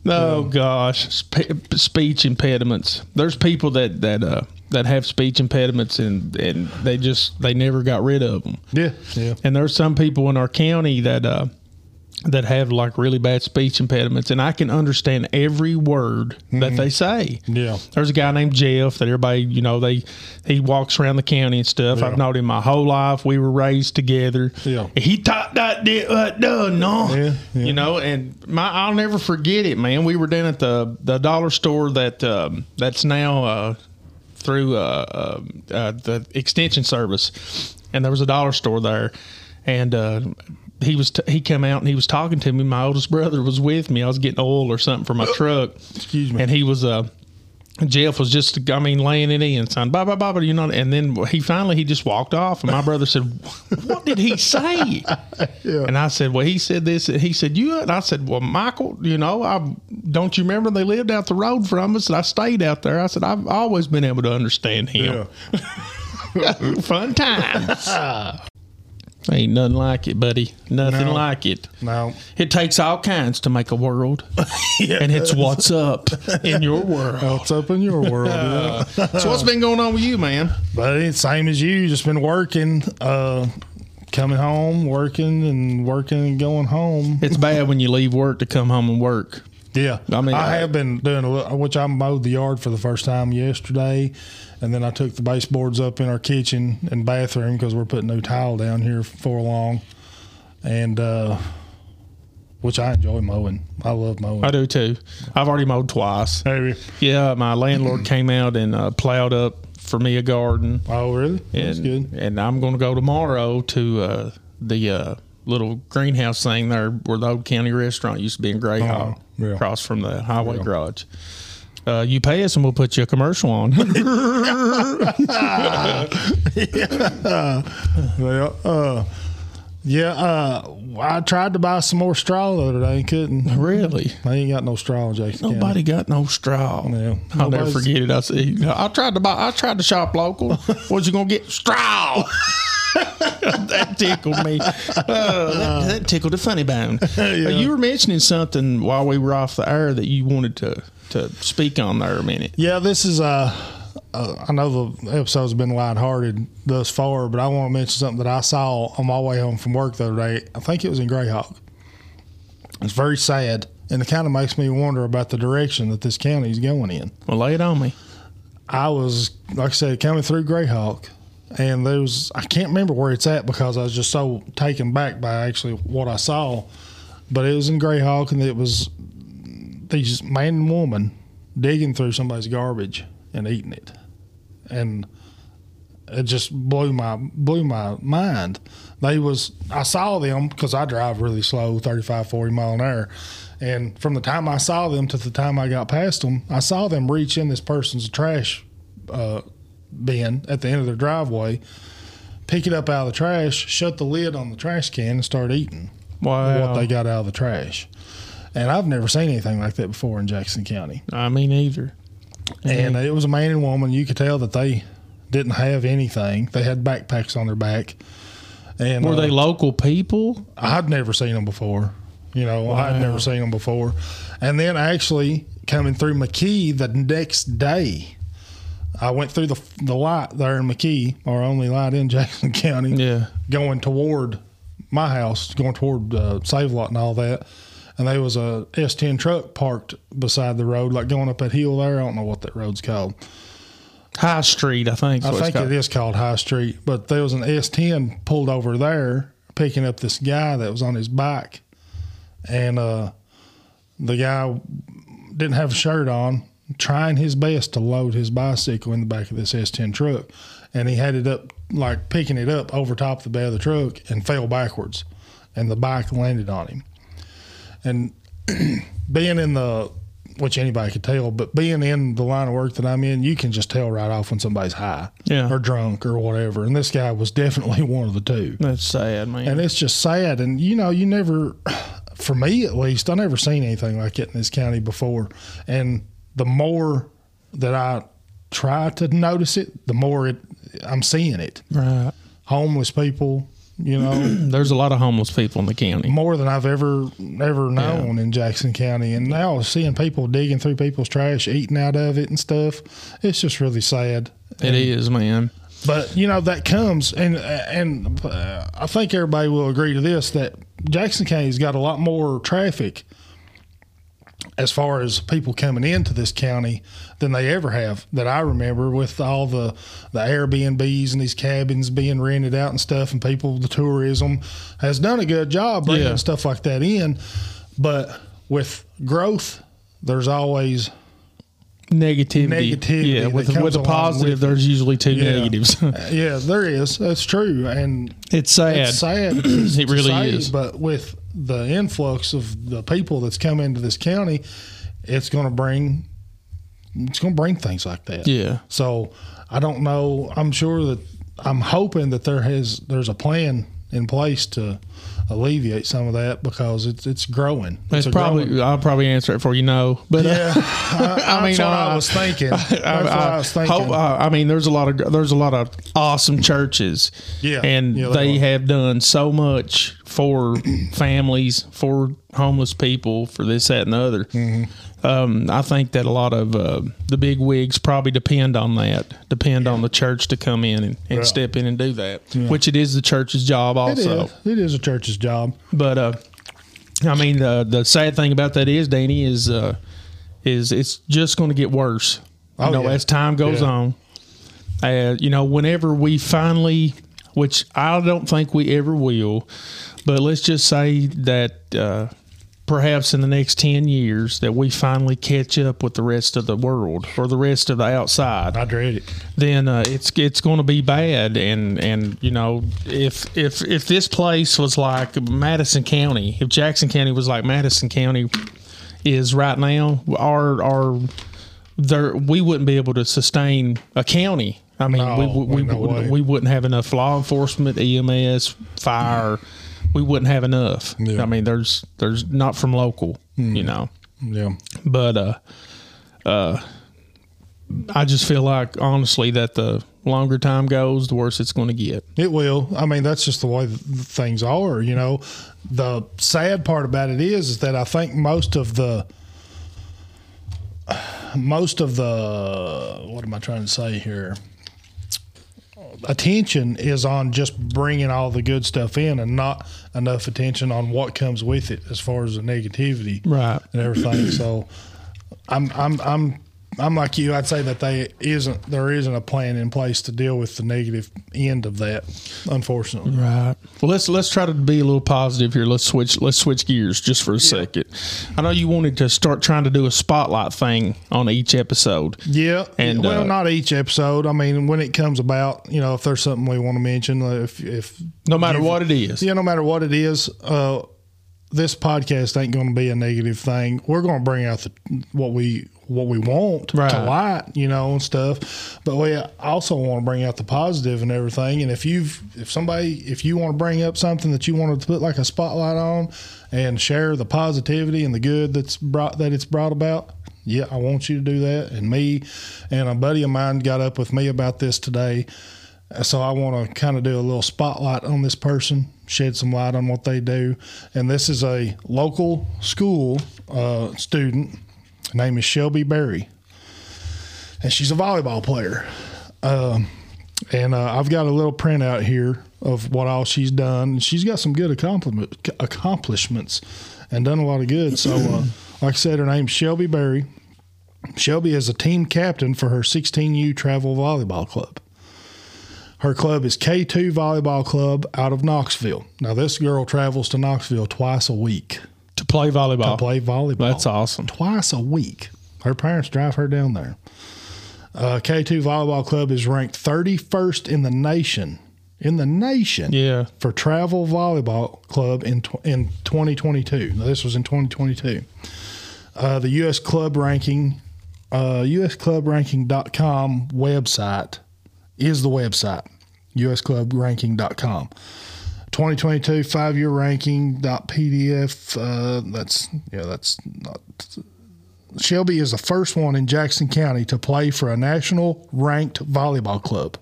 S1: Oh gosh, Spe- speech impediments. There's people that that uh, that have speech impediments and and they just they never got rid of them.
S2: Yeah, yeah.
S1: And there's some people in our county that uh, that have like really bad speech impediments, and I can understand every word that they say.
S2: Yeah.
S1: There's a guy named Jeff that everybody, you know, they he walks around the county and stuff.
S2: Yeah.
S1: I've known him my whole life. We were raised together.
S2: Yeah.
S1: He taught that did what done, no.
S2: Yeah, yeah.
S1: You know, and my I'll never forget it, man. We were down at the the dollar store that um, that's now uh, through uh, uh, uh, the extension service, and there was a dollar store there, and uh, he was t- he come out and he was talking to me. My oldest brother was with me. I was getting oil or something for
S2: (gasps)
S1: my truck.
S2: Excuse me.
S1: And he was uh Jeff was just, I mean, laying it in, son. Blah blah blah. blah, You know, and then he finally he just walked off, and my brother said, "What did he say?" And I said, "Well, he said this." and He said, "You?" And I said, "Well, Michael, you know, I don't you remember they lived out the road from us, and I stayed out there." I said, "I've always been able to understand him. (laughs) Fun times." (laughs) Ain't nothing like it, buddy. Nothing
S2: No.
S1: like it.
S2: No.
S1: It takes all kinds to make a world, and it's what's up in your world.
S2: (laughs) What's up in your
S1: (laughs)
S2: world? yeah.
S1: So what's been going on with you, man?
S2: But it's same as you, just been working, uh, coming home, working and working and going home.
S1: It's bad when you leave work to come home and work.
S2: Yeah,
S1: I
S2: I
S1: mean,
S2: mean, I
S1: I-
S2: have been doing a little, which I mowed the yard for the first time yesterday, and then I took the baseboards up in our kitchen and bathroom because we're putting new tile down here for long, and uh, which I enjoy mowing. I love mowing.
S1: I do too. I've already mowed twice.
S2: Hey,
S1: Yeah, my
S2: (clears throat)
S1: landlord came out and uh, plowed up for me a garden,
S2: oh really?
S1: and
S2: That's good.
S1: and I'm going to go tomorrow to uh, the uh, little greenhouse thing there where the old county restaurant used to be in Gray Hall,
S2: Oh, yeah.
S1: across from the highway garage. Uh, you pay us and we'll put you a commercial on. (laughs)
S2: Well, uh, yeah, uh, I tried to buy some more straw the other day, and couldn't.
S1: really?
S2: I ain't got no straw in Jackson County.
S1: Nobody got no straw.
S2: Yeah.
S1: I'll never
S2: Nobody's-
S1: forget it. I said, you know, I tried to buy, I tried to shop
S2: (laughs)
S1: local. What you gonna get? Straw. that tickled
S2: (laughs)
S1: me. Oh, that, that tickled a funny bone. Uh, You were mentioning something while we were off the air that you wanted to to speak on there a minute.
S2: Yeah, this is uh, uh I know the episode's been lighthearted thus far, but I want to mention something that I saw on my way home from work the other day. I think it was in Greyhawk. It's very sad, and it kind of makes me wonder about the direction that this county is going in.
S1: Well, lay it on me.
S2: I was, like I said, coming through Greyhawk, and there was, I can't remember where it's at because I was just so taken back by actually what I saw. But it was in Greyhawk, and it was these man and woman digging through somebody's garbage and eating it. And it just blew my blew my mind. They was I saw them because I drive really slow, 35, 40 mile an hour, and from the time I saw them to the time I got past them, I saw them reach in this person's trash uh, bin at the end of their driveway, pick it up out of the trash, shut the lid on the trash can, and start eating
S1: Wow.
S2: what they got out of the trash. And I've never seen anything like that before in Jackson County.
S1: I mean, either.
S2: And it was a man and woman. You could tell that they didn't have anything. They had backpacks on their back. And
S1: Were
S2: uh,
S1: they local people?
S2: I'd never seen them before. You know, I'd never seen them before. And then actually coming through McKee the next day, I went through the the light there in McKee, our only light in (laughs) Jackson County.
S1: Yeah.
S2: Going toward my house, going toward uh, Save Lot and all that. And there was a S10 truck parked beside the road, like going up that hill there. I don't know what that road's called.
S1: High Street, I think.
S2: I think it is called High Street, but there was an S10 pulled over there picking up this guy that was on his bike, and uh, the guy didn't have a shirt on, trying his best to load his bicycle in the back of this S10 truck, and he had it up like picking it up over top of the bed of the truck and fell backwards, and the bike landed on him, and (clears throat) being in the which anybody could tell, but being in the line of work that I'm in, you can just tell right off when somebody's high
S1: Yeah.
S2: or drunk or whatever. And this guy was definitely (laughs) one of the two.
S1: That's sad, man.
S2: And it's just sad. And you know, you never, (sighs) for me at least, I never seen anything like it in this county before. And the more that I try to notice it, the more it I'm seeing it.
S1: right.
S2: Homeless people, You know,
S1: There's a lot of homeless people in the county.
S2: more than I've ever ever known in Jackson County. And now seeing people digging through people's trash, eating out of it and stuff, it's just really sad.
S1: It is, man.
S2: But you know that comes, and and uh, I think everybody will agree to this that Jackson County's got a lot more traffic as far as people coming into this county than they ever have that I remember with all the the Airbnbs and these cabins being rented out and stuff and people the tourism has done a good job bringing
S1: Yeah.
S2: stuff like that in but with growth there's always
S1: Negativity.
S2: Negativity
S1: Yeah,
S2: that
S1: with,
S2: comes
S1: with a
S2: along
S1: positive,
S2: with
S1: there's usually two
S2: Yeah.
S1: negatives. (laughs)
S2: yeah there is that's true and
S1: it's sad.
S2: It's
S1: (clears throat)
S2: sad. it
S1: really is.
S2: But with the influx of the people that's come into this county, it's going to bring it's going to bring things like that.
S1: Yeah.
S2: So I don't know. I'm sure that I'm hoping that there has there's a plan in place to alleviate some of that because it's it's growing.
S1: It's
S2: a
S1: probably (laughs)
S2: growing-
S1: I'll probably answer it for you know, but uh,
S2: yeah. I,
S1: mean, uh,
S2: that's
S1: (laughs)
S2: what
S1: I-
S2: I was thinking. That's what I, was thinking.
S1: hope- uh, I- I mean, there's a lot of there's a lot of awesome churches,
S2: Yeah.
S1: and
S2: Yeah,
S1: they,
S2: they are.
S1: have done so much
S2: (clears throat)
S1: for families, for homeless people, for this, that, and the other.
S2: Mm-hmm.
S1: Um, I think that a lot of uh, the big wigs probably depend on that, depend on the church to come in and, and step in and do that, which it is the church's job
S2: It is.
S1: also.
S2: It is a church's job.
S1: But uh, I mean, the the sad thing about that is, Danny, is uh, is it's just going to get worse.
S2: Oh,
S1: you know,
S2: yeah.
S1: as time goes
S2: Yeah.
S1: on, uh, you know, whenever we finally, which I don't think we ever will, but let's just say that uh, perhaps in the next ten years that we finally catch up with the rest of the world or the rest of the outside
S2: I dread it.
S1: then uh, it's it's going to be bad. And and you know, if if if this place was like Madison County, if Jackson County was like Madison County is right now, our our there we wouldn't be able to sustain a county. I mean, we
S2: No,
S1: we, we,
S2: no
S1: wouldn't-
S2: way.
S1: we wouldn't have enough law enforcement, EMS, fire. We wouldn't have enough.
S2: Yeah. Hmm.
S1: I mean, there's there's not from local, you know
S2: Yeah.
S1: but uh, uh, I just feel like honestly that the longer time goes, the worse it's going to get.
S2: It will. I mean, that's just the way th- things are. You know, the sad part about it is, is that I think most of the most of the what am I trying to say here? Attention is on just bringing all the good stuff in, and not enough attention on what comes with it as far as the negativity,
S1: Right.
S2: and everything. So, I'm I'm I'm I'm like you. I'd say that they isn't there isn't a plan in place to deal with the negative end of that. Unfortunately,
S1: Right. Well, let's let's try to be a little positive here. Let's switch let's switch gears just for a second. I know you wanted to start trying to do a spotlight thing on each episode.
S2: yeah.
S1: And,
S2: well,
S1: uh,
S2: not each episode. I mean, when it comes about, you know, if there's something we want to mention, uh, if if
S1: No matter what it is.
S2: yeah, no matter what it is, uh, this podcast ain't going to be a negative thing. We're going to bring out the, what we what we want to
S1: Right.
S2: light, you know, and stuff. But we also want to bring out the positive and everything. And if you've if somebody if you want to bring up something that you want to put like a spotlight on and share the positivity and the good that's brought that it's brought about. Yeah, I want you to do that. And me and a buddy of mine got up with me about this today. So I want to kind of do a little spotlight on this person, shed some light on what they do. And this is a local school uh, student. Her name is Shelby Berry, and she's a volleyball player. Um, and uh, I've got a little printout here of what all she's done. She's got some good accomplishment, accomplishments and done a lot of good. So, uh, like I said, her name's Shelby Berry. Shelby is a team captain for her 16U travel volleyball club. Her club is K2 Volleyball Club out of Knoxville. Now, this girl travels to Knoxville twice a week
S1: To play volleyball.
S2: to play volleyball.
S1: That's awesome.
S2: Twice a week. Her parents drive her down there. Uh, K2 Volleyball Club is ranked 31st in the nation, in the nation
S1: Yeah.
S2: for Travel Volleyball Club in, tw- in 2022. Now, this was in 2022. Uh, the U.S. Club Ranking, uh, usclubranking.com website is the website, usclubranking.com. 2022 five year ranking dot PDF. Uh, that's yeah, that's not. Shelby is the first one in Jackson County to play for a national ranked volleyball club,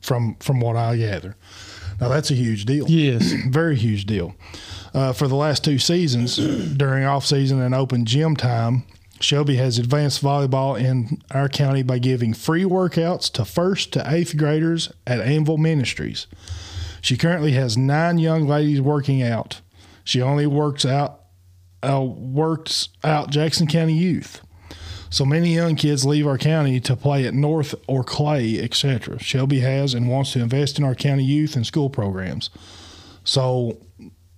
S2: from from what I gather. Now that's a huge deal.
S1: Yes.
S2: (clears throat) very huge deal. Uh, for the last two seasons, (clears throat) during off season and open gym time, Shelby has advanced volleyball in our county by giving free workouts to first to eighth graders at Anvil Ministries. She currently has nine young ladies working out. She only works out uh, works out Jackson County youth. So many young kids leave our county to play at North or Clay, etc. Shelby has and wants to invest in our county youth and school programs. So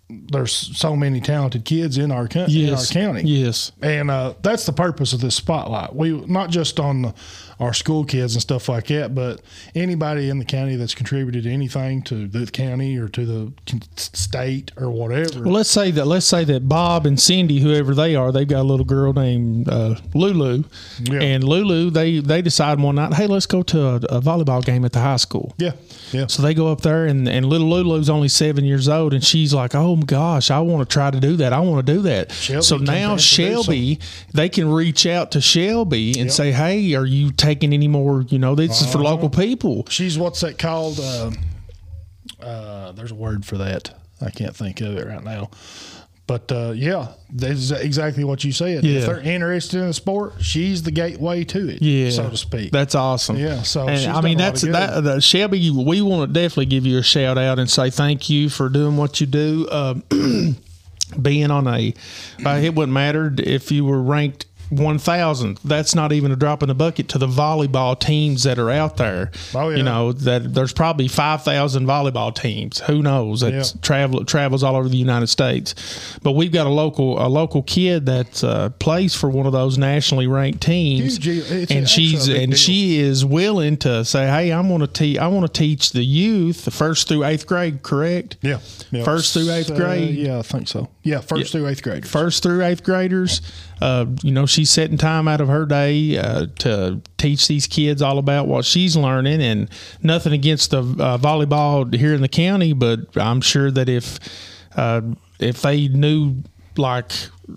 S2: there's so many talented kids in our, coun-
S1: Yes.
S2: in our county
S1: Yes.
S2: and uh, that's the purpose of this spotlight. We not just on the, our school kids and stuff like that, but anybody in the county that's contributed anything to the county or to the con- state or whatever.
S1: Well, let's say that let's say that Bob and Cindy, whoever they are, they've got a little girl named uh, Lulu,
S2: Yeah.
S1: and Lulu they they decide one night, hey, let's go to a, a volleyball game at the high school.
S2: yeah, yeah,
S1: So they go up there, and, and little Lulu's only seven years old, and she's like, "Oh my gosh, I want to try to do that. I want to do that."
S2: Shelby
S1: so
S2: can
S1: now
S2: dance to do
S1: Shelby, they can reach out to Shelby and say, "Hey, are you taking any more? You know, this is for
S2: Uh-huh.
S1: local people."
S2: she's what's that called? Uh, uh, there's a word for that. I can't think of it right now. But uh, yeah, that's exactly what you said. If
S1: Yeah.
S2: they're interested in the sport, she's the gateway to it,
S1: Yeah,
S2: so to speak.
S1: That's awesome.
S2: Yeah, so she's
S1: and I
S2: done
S1: mean
S2: a lot
S1: that's
S2: of good.
S1: that, that Shelby. We want to definitely give you a shout out and say thank you for doing what you do. Um (clears throat) being on a, uh, it wouldn't matter if you were ranked. 1000 that's not even a drop in the bucket to the volleyball teams that are out there
S2: Oh, yeah.
S1: you know that there's probably 5000 volleyball teams who knows that's
S2: Yeah.
S1: travel travels all over the united states but we've got a local a local kid that uh, plays for one of those nationally ranked teams
S2: Huge deal. It's a-
S1: and
S2: that's
S1: she's
S2: a big
S1: and
S2: deal.
S1: she is willing to say, "Hey, I'm going to teach. I want to teach the youth the first through eighth grade. Correct?
S2: yeah, yeah.
S1: First through eighth
S2: Uh,
S1: grade.
S2: yeah, I think so. Yeah, first through eighth grade.
S1: First through eighth graders. Uh, you know, she's setting time out of her day uh, to teach these kids all about what she's learning. And nothing against the uh, volleyball here in the county, but I'm sure that if uh, if they knew like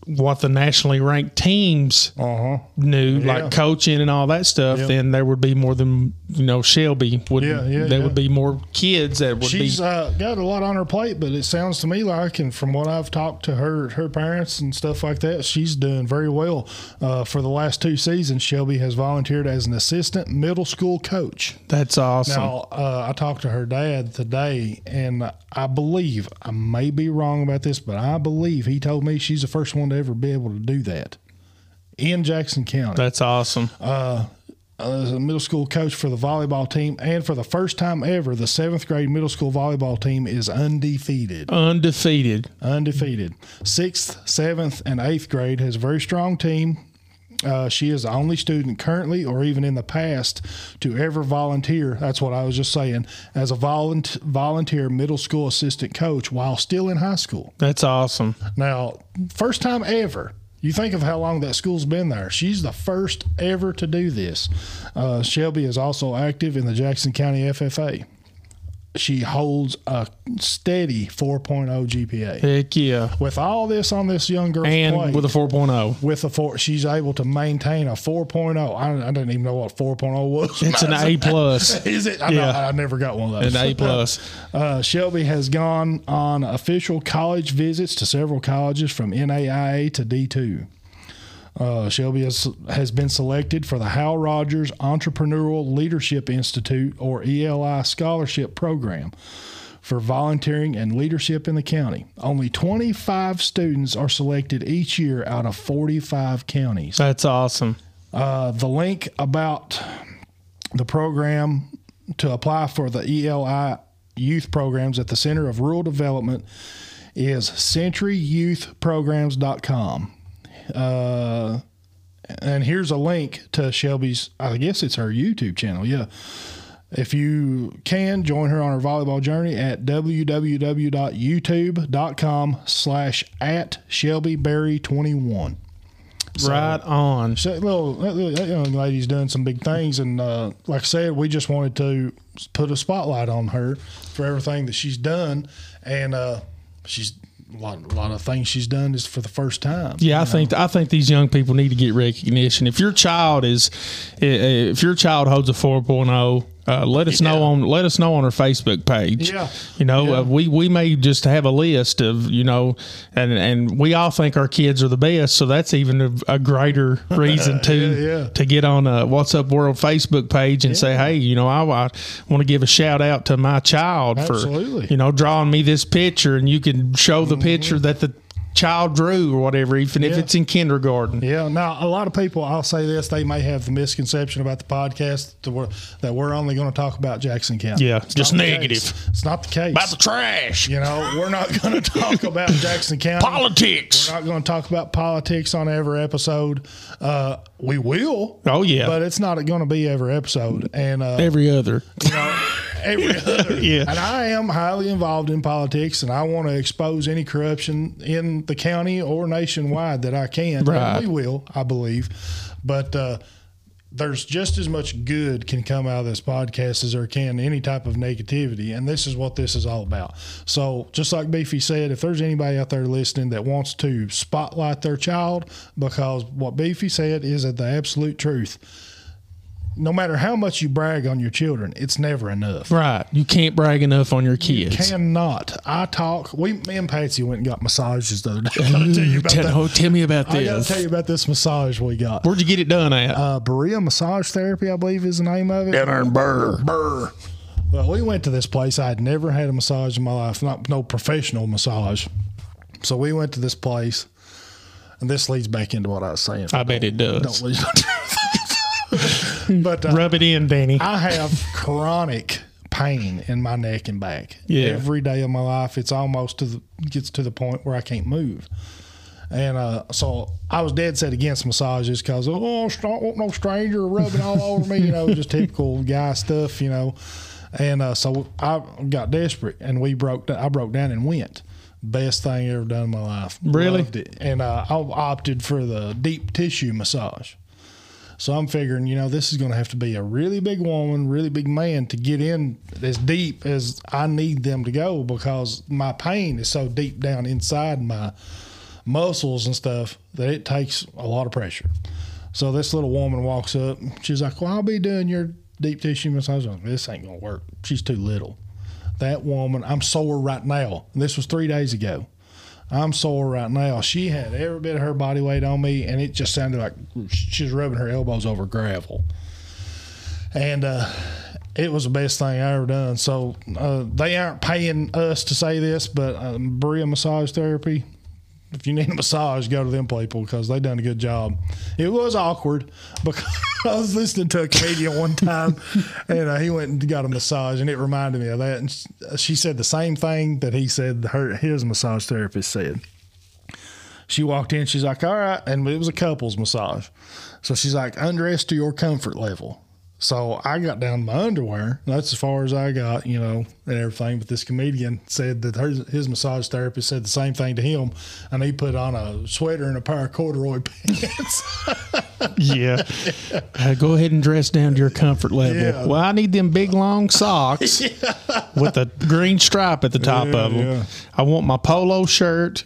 S1: what the nationally ranked teams
S2: Uh huh.
S1: knew, like coaching and all that stuff,
S2: Yeah.
S1: then there would be more than you know. Shelby would.
S2: Yeah, yeah,
S1: there
S2: yeah.
S1: would be more kids that would
S2: She's
S1: be.
S2: uh, got a lot on her plate, but it sounds to me like, and from what I've talked to her, her parents and stuff like that, she's doing very well. Uh, for the last two seasons, Shelby has volunteered as an assistant middle school coach.
S1: That's awesome.
S2: Now, uh, I talked to her dad today, and I believe I may be wrong about this, but I believe he told me she's the first one to ever be able to do that in Jackson County.
S1: That's awesome.
S2: as a middle school coach for the volleyball team, and for the first time ever, the seventh grade middle school volleyball team is undefeated.
S1: Undefeated.
S2: Undefeated. Sixth, seventh, and eighth grade has a very strong team. Uh, she is the only student currently, or even in the past, to ever volunteer. That's what I was just saying, as a volunt- volunteer middle school assistant coach while still in high school.
S1: That's awesome.
S2: Now, first time ever. You think of how long that school's been there. She's the first ever to do this. Uh, Shelby is also active in the Jackson County FFA. She holds a steady 4.0 GPA.
S1: Heck yeah.
S2: With all this on this young girl's
S1: And
S2: plate,
S1: with a oh. 4.0.
S2: with a four, she's able to maintain a 4.0. I, I didn't even know what 4.0 was. (laughs)
S1: It's an A plus.
S2: Is it? I, know,
S1: Yeah.
S2: I never got one of those.
S1: An A
S2: (laughs)
S1: plus.
S2: Uh, Shelby has gone on official college visits to several colleges from NAIA to D2. Uh, Shelby has, has been selected for the Hal Rogers Entrepreneurial Leadership Institute, or ELI, scholarship program for volunteering and leadership in the county. Only 25 students are selected each year out of 45 counties
S1: That's awesome.
S2: uh, the link about the program to apply for the ELI youth programs at the Center of Rural Development is centuryyouthprograms.com. Uh, and here's a link to Shelby's, I guess it's her YouTube channel. Yeah. If you can, join her on her volleyball journey at www.youtube.com slash at Shelby Berry 21
S1: right on.
S2: so that little, uh, that little that young lady's done some big things, and uh, like I said, we just wanted to put a spotlight on her for everything that she's done, and uh, she's a lot, a lot of things she's done is for the first time.
S1: Yeah, I think I think these young people need to get recognition. If your child is, i- i- if your child holds a 4.0, Uh, let us know on let us know on our Facebook page.
S2: Yeah.
S1: You know, uh, we we may just have a list of you know, and and we all think our kids are the best, so that's even a, a
S2: (laughs)
S1: greater reason to
S2: Yeah, yeah.
S1: to get on a What's Up World Facebook page and say, hey, you know, I, I want to give a shout out to my child
S2: Absolutely. Mm-hmm.
S1: for you know drawing me this picture, and you can show the picture that the child drew or whatever, even if
S2: Yeah.
S1: it's in kindergarten.
S2: Yeah. Now, a lot of people, I'll say this, they may have the misconception about the podcast to where, that we're only going to talk about Jackson County.
S1: Yeah,
S2: It's
S1: just
S2: not the
S9: negative.
S2: case. It's not the case.
S9: About the trash,
S2: you know, we're not going to talk about Jackson County.
S9: politics.
S2: We're not going to talk about politics on every episode. Uh, we will.
S1: Oh, yeah.
S2: But uh, it's not going to be every episode.
S1: (laughs)
S2: And uh,
S1: Every other.
S2: you know, every other.
S1: Yeah.
S2: And I am highly involved in politics, and I want to expose any corruption in the county or nationwide that I can. And
S1: Right.
S2: we will, I believe. But uh, there's just as much good can come out of this podcast as there can any type of negativity, and this is what this is all about. So, just like Beefy said, if there's anybody out there listening that wants to spotlight their child, because what Beefy said is the absolute truth. No matter how much you brag on your children, it's never enough.
S1: Right. You can't brag enough on your kids.
S2: Cannot. I talk. We, me and Patsy went and got massages the other day. I gotta tell you
S1: Ooh,
S2: about
S1: tell,
S2: that.
S1: oh, tell me about
S2: I gotta
S1: this.
S2: tell you about this massage we got.
S1: Where'd you get it done at?
S2: Uh, Berea Massage Therapy, I believe, is the name of it.
S8: Dinner and burr. Burr.
S2: Well, we went to this place. I had never had a massage in my life, not no professional massage. So we went to this place, and this leads back into what I was saying.
S1: I bet it
S2: Don't
S1: does.
S2: lose my train of thought. but uh,
S1: (laughs) Rub it in, Danny.
S2: I have chronic pain in my neck and back.
S1: Yeah.
S2: Every day of my life, it's almost to the gets to the point where I can't move. And uh, so I was dead set against massages because oh, I don't want no stranger rubbing all over me, you know, just typical guy stuff, you know. And uh, so I got desperate, and we broke. I broke down and went. Best thing ever done in my life.
S1: Really?
S2: Loved it. And uh, I opted for the deep tissue massage. So I'm figuring, you know, this is going to have to be a really big woman, really big man to get in as deep as I need them to go because my pain is so deep down inside my muscles and stuff that it takes a lot of pressure. So this little woman walks up. She's like, "Well, I'll be doing your deep tissue massage." I'm like, "This ain't gonna work. She's too little." That woman, I'm sore right now. This was three days ago. I'm sore right now. She had every bit of her body weight on me, and it just sounded like she was rubbing her elbows over gravel. And uh, it was the best thing I ever done. So uh, they aren't paying us to say this, but um, Bria Massage Therapy, if you need a massage, go to them people because they done a good job. It was awkward because (laughs) I was listening to a comedian one time, and uh, he went and got a massage, and it reminded me of that. And s- she said the same thing that he said her his massage therapist said. She walked in, she's like, "All right," and it was a couples massage, so she's like, "Undress to your comfort level." So I got down to my underwear. and That's as far as I got, you know, and everything. But this comedian said that her, his massage therapist said the same thing to him, and he put on a sweater and a pair of corduroy (laughs) pants. (laughs)
S1: yeah. Uh, go ahead and dress down to your comfort level.
S2: Yeah.
S1: Well, I need them big long
S2: (laughs)
S1: socks with a green stripe at the top
S2: Yeah,
S1: of them.
S2: yeah.
S1: I want my polo shirt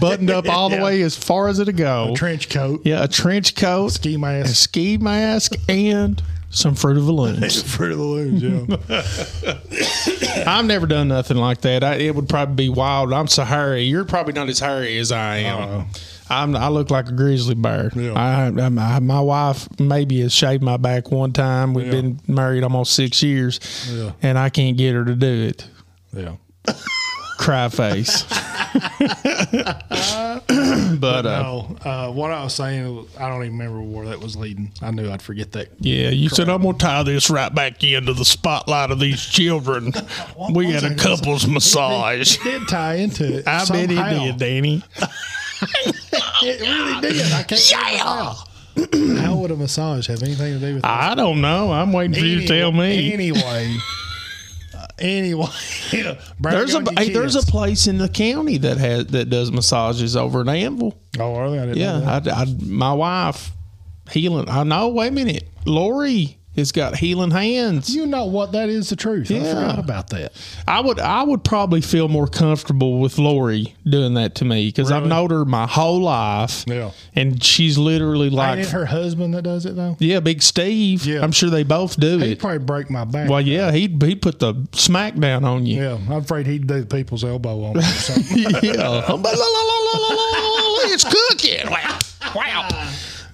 S1: buttoned up all
S2: (laughs)
S1: the way as far as it'll go.
S2: trench coat, (laughs)
S1: yeah, a trench coat,
S2: ski
S1: a
S2: mask,
S1: ski mask, and some fruit of the
S2: (laughs)
S1: looms.
S2: Fruit of the Looms. Yeah,
S1: (laughs) I've never done nothing like that. I, it would probably be wild. I'm so hairy. You're probably not as hairy as I am. I'm, I look like a grizzly bear.
S2: Yeah.
S1: I, I'm- I- my wife maybe has shaved my back one time. We've
S2: Yeah.
S1: been married almost six years,
S2: Yeah.
S1: and I can't get her to do it.
S2: yeah.
S1: Cry face. (laughs) (clears throat) but uh,
S2: No, uh, what I was saying, I don't even remember where that was leading. I knew I'd forget that.
S1: yeah, you said I'm gonna tie this right back
S9: Into the spotlight of these children.
S2: One
S9: We had a
S2: second.
S9: couple's massage.
S2: It did tie into it.
S1: I bet
S2: somehow.
S1: he did, Danny.
S2: It really did. I can't. Yeah. (clears throat) How would a massage have anything to do with?
S1: I don't know. I'm waiting for you to tell me.
S2: Anyway. Uh,
S1: (laughs)
S2: Anyway, yeah, brag
S1: There's a
S2: on your
S1: hey, there's a
S2: kids.
S1: place in the county that has that does massages over at Anvil.
S2: oh, really? I didn't know
S1: Yeah,
S2: that.
S1: I, I- my wife, healing. I know. Wait a minute, Lori It's got healing hands.
S9: You know what? That is the truth. I
S1: Yeah.
S9: forgot about that.
S1: I would I would probably feel more comfortable with Lori doing that to me because I've
S2: Really?
S1: known her my whole life.
S2: Yeah.
S1: And she's literally
S2: Ain't
S1: like,
S2: it her husband that does it though?
S1: yeah, Big Steve.
S2: Yeah.
S1: I'm sure they both do
S2: He'd
S1: it.
S2: probably break my back.
S1: well, yeah, he'd he put the smack down on you.
S2: yeah, I'm afraid he'd do people's elbow on me
S1: (laughs)
S2: or something.
S1: Yeah. La, la, la, la, la, la, la, it's cooking. Wow. Wow.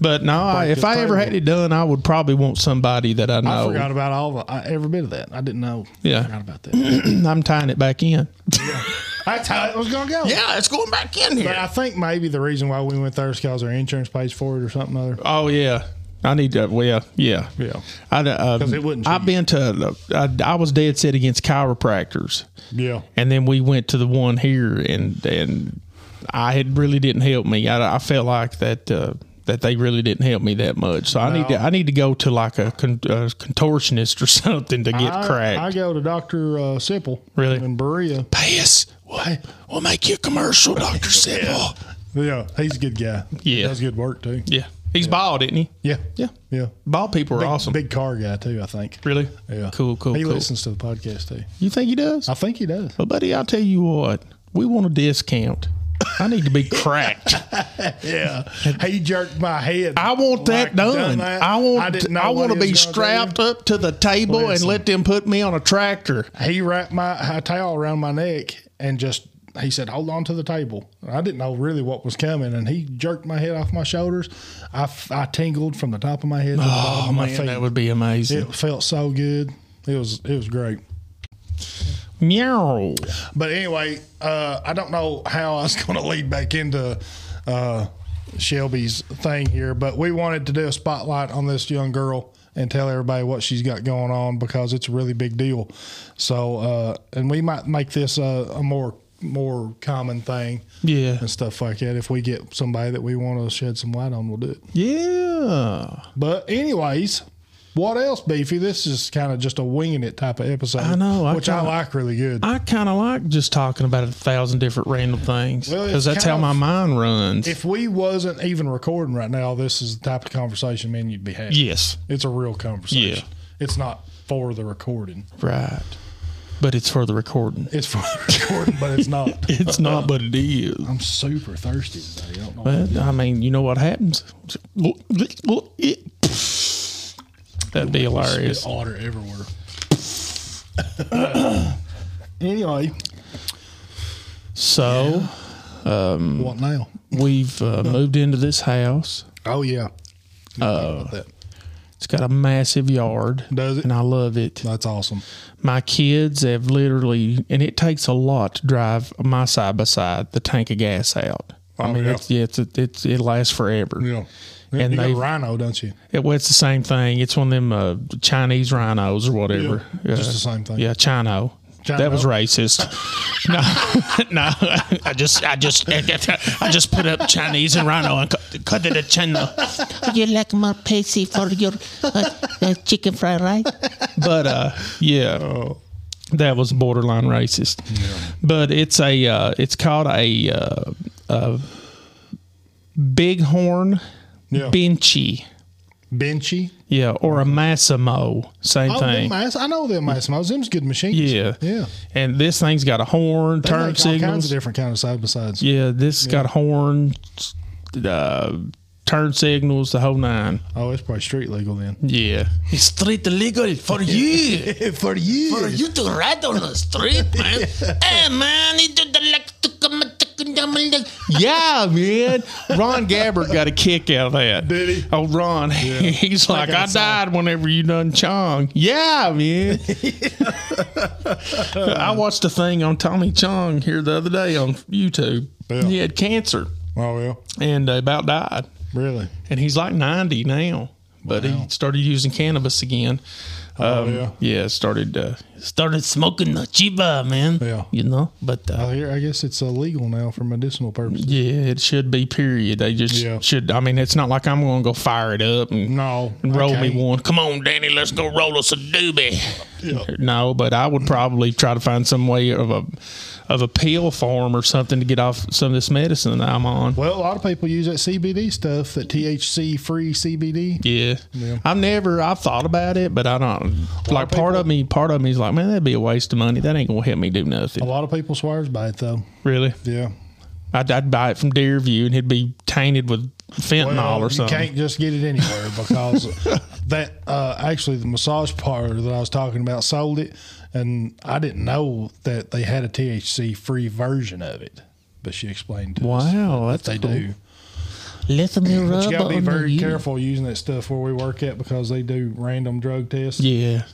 S1: But no, I, if
S2: the
S1: I ever had
S2: table.
S1: it done, I would probably want somebody that I
S2: I
S1: know.
S2: forgot about all the, I, every bit of that. I didn't know.
S1: Oh. Yeah.
S2: forgot about that.
S1: (clears throat) I'm tying it back in.
S2: That's how it was gonna
S1: (laughs)
S2: go.
S1: Yeah, it's going back in
S2: But I think maybe the reason why we went there is because our insurance pays for it or something other.
S1: Oh yeah, I need to. Well, yeah,
S2: Yeah.
S1: I, uh,
S2: 'Cause it wouldn't
S1: I've
S2: cheat.
S1: been to. I, I was dead set against chiropractors,
S2: Yeah.
S1: and then we went to the one here, and and I had really didn't help me. I, I felt like that. Uh, that they really didn't help me that much, so I need to I need to go to like a, con, a contortionist or (laughs) something to get
S2: I,
S1: cracked.
S2: I go to Doctor uh, Sipple.
S1: Really?
S2: In Berea.
S1: Pass. We'll, we'll make you a commercial,
S2: (laughs)
S1: Doctor Simple.
S2: Yeah, he's a good guy.
S1: Yeah.
S2: does good work too.
S1: Yeah, he's bald, isn't he?
S2: Yeah,
S1: Yeah,
S2: yeah.
S1: bald people are
S2: Big,
S1: awesome.
S2: Big car guy too. I think.
S1: really?
S2: Yeah.
S1: Cool, cool,
S2: He
S1: cool.
S2: listens to the podcast too.
S1: You think he does?
S2: I think
S1: (laughs)
S2: he does.
S1: But buddy, I'll tell you what, we want a discount. I need to be
S2: (laughs)
S1: cracked.
S2: Yeah. he jerked my head.
S1: I want that
S2: Like,
S1: done.
S2: that.
S1: I
S2: I
S1: want
S2: didn't
S1: I,
S2: know what
S1: want to
S2: he
S1: be
S2: was gonna do.
S1: strapped up to the table and
S2: Listen.
S1: let them put me on a tractor.
S2: he wrapped my a towel around my neck and just he said hold on to the table i didn't know really what was coming and he jerked my head off my shoulders i, f- I tingled from the top of my head to the bottom
S1: Oh
S2: of my
S1: man,
S2: feet
S1: that would be amazing.
S2: it felt so good it was it was great
S1: Meow.
S2: but anyway uh, i don't know how i was (laughs) going to lead back into uh, shelby's thing here but we wanted to do a spotlight on this young girl and tell everybody what she's got going on because it's a really big deal so uh, and we might make this a, a more more common thing
S1: Yeah.
S2: and stuff like that if we get somebody that we want to shed some light on we'll do it
S1: Yeah.
S2: but anyways what else, Beefy? This is kind of just a winging it type of episode.
S1: I know, I
S2: which I
S1: kinda-
S2: like really good.
S1: I kind of like just talking about a thousand different random things
S2: Well,
S1: because
S2: it's
S1: that's how
S2: kind
S1: my
S2: of-
S1: mind runs.
S2: if we wasn't even recording right now, this is the type of conversation, man, you'd be having.
S1: yes.
S2: It's a real conversation.
S1: Yeah.
S2: It's not for the recording.
S1: Right. But it's for the recording.
S2: It's for the recording, but it's not.
S1: (laughs) It's not, but it is.
S2: I'm super thirsty today. I don't know.
S1: Well, I mean, you know what happens. That'd be hilarious.
S2: It's otter everywhere. (coughs) anyway,
S1: So
S2: what now?
S1: we've uh, moved into this house.
S2: Oh yeah. Oh,
S1: It's got a massive yard.
S2: Does it?
S1: And I love it.
S2: that's awesome.
S1: My kids have literally, and it takes a lot to drive my side by side the tank of gas out. I
S2: Oh,
S1: mean,
S2: yeah.
S1: it's, yeah, it's, it's, it lasts forever.
S2: Yeah.
S1: And
S2: you got
S1: they've-
S2: rhino, don't you?
S1: It, well, it's the same thing. It's one of them uh, Chinese rhinos or whatever.
S2: Yeah,
S1: Uh,
S2: just the same thing.
S1: Yeah, Chino. That
S2: Chino.
S1: was racist. (laughs) no, no. (laughs) I just, I just, I just put up Chinese and rhino and cut, cut it a Chino.
S10: you like more pussy for your uh, uh, chicken fried rice?
S1: But uh, yeah,
S2: Oh.
S1: that was borderline racist. But it's a, uh, it's called a, uh, a bighorn
S2: Yeah.
S1: benchy.
S2: Benchy.
S1: Yeah, or a Massimo. Same
S2: Oh,
S1: thing.
S2: them mas- I know them Massimos. Them's good machines.
S1: Yeah.
S2: Yeah.
S1: And this thing's got a horn,
S2: They
S1: turn
S2: make all kinds of
S1: signals.
S2: different kind of side by sides.
S1: Yeah, this has got a horn, uh, turn signals, the whole nine.
S2: Oh, it's probably street legal then.
S1: Yeah.
S10: It's street illegal
S2: (laughs)
S10: for you.
S2: For you.
S10: For you to ride on the street, (laughs) man. hey, man, you do the like to come to come down my leg.
S1: Yeah, man. Ron Gabbard got a kick out of that.
S2: Did he?
S1: Oh, Ron. (laughs) He's like, I died whenever you done Chong. Yeah, man.
S2: (laughs)
S1: I watched a thing on Tommy Chong here the other day on YouTube.
S2: Yeah.
S1: He had cancer
S2: Oh, well.
S1: and about died.
S2: Really?
S1: and he's like 90 now but he started using cannabis again
S2: Oh,
S1: Um,
S2: yeah.
S1: yeah started uh,
S10: Started smoking the chiba, man.
S2: Yeah.
S10: You know, but uh,
S2: Oh, here, I guess it's illegal now for medicinal purposes.
S1: yeah it should be period they just
S2: Yeah.
S1: should i mean it's not like i'm gonna go fire it up and
S2: No.
S1: and roll
S2: okay.
S1: me one come on danny let's go roll us a doobie no but i would probably try to find some way of a of a pill form or something to get off some of this medicine that I'm on.
S2: Well, a lot of people use that CBD stuff, that THC free CBD.
S1: Yeah. I've never I've thought about it, but I don't like part of me part of me is like, man, that'd be a waste of money. That ain't gonna help me do
S2: A
S1: nothing.
S2: lot of people swears by it though.
S1: Really?
S2: Yeah.
S1: I'd, I'd buy it from Deer View and it'd be tainted with fentanyl
S2: Well,
S1: or something.
S2: You can't just get it anywhere
S1: (laughs)
S2: because that uh, actually the massage parlor that I was talking about sold it, and I didn't know that they had a THC free version of it. But she explained to us
S1: Wow,
S2: that
S1: that's
S2: they
S1: cool.
S2: do.
S10: Let me
S2: But
S10: rub
S2: you gotta be
S10: on
S2: very
S10: you.
S2: careful using that stuff where we work at because they do random drug tests.
S1: Yeah.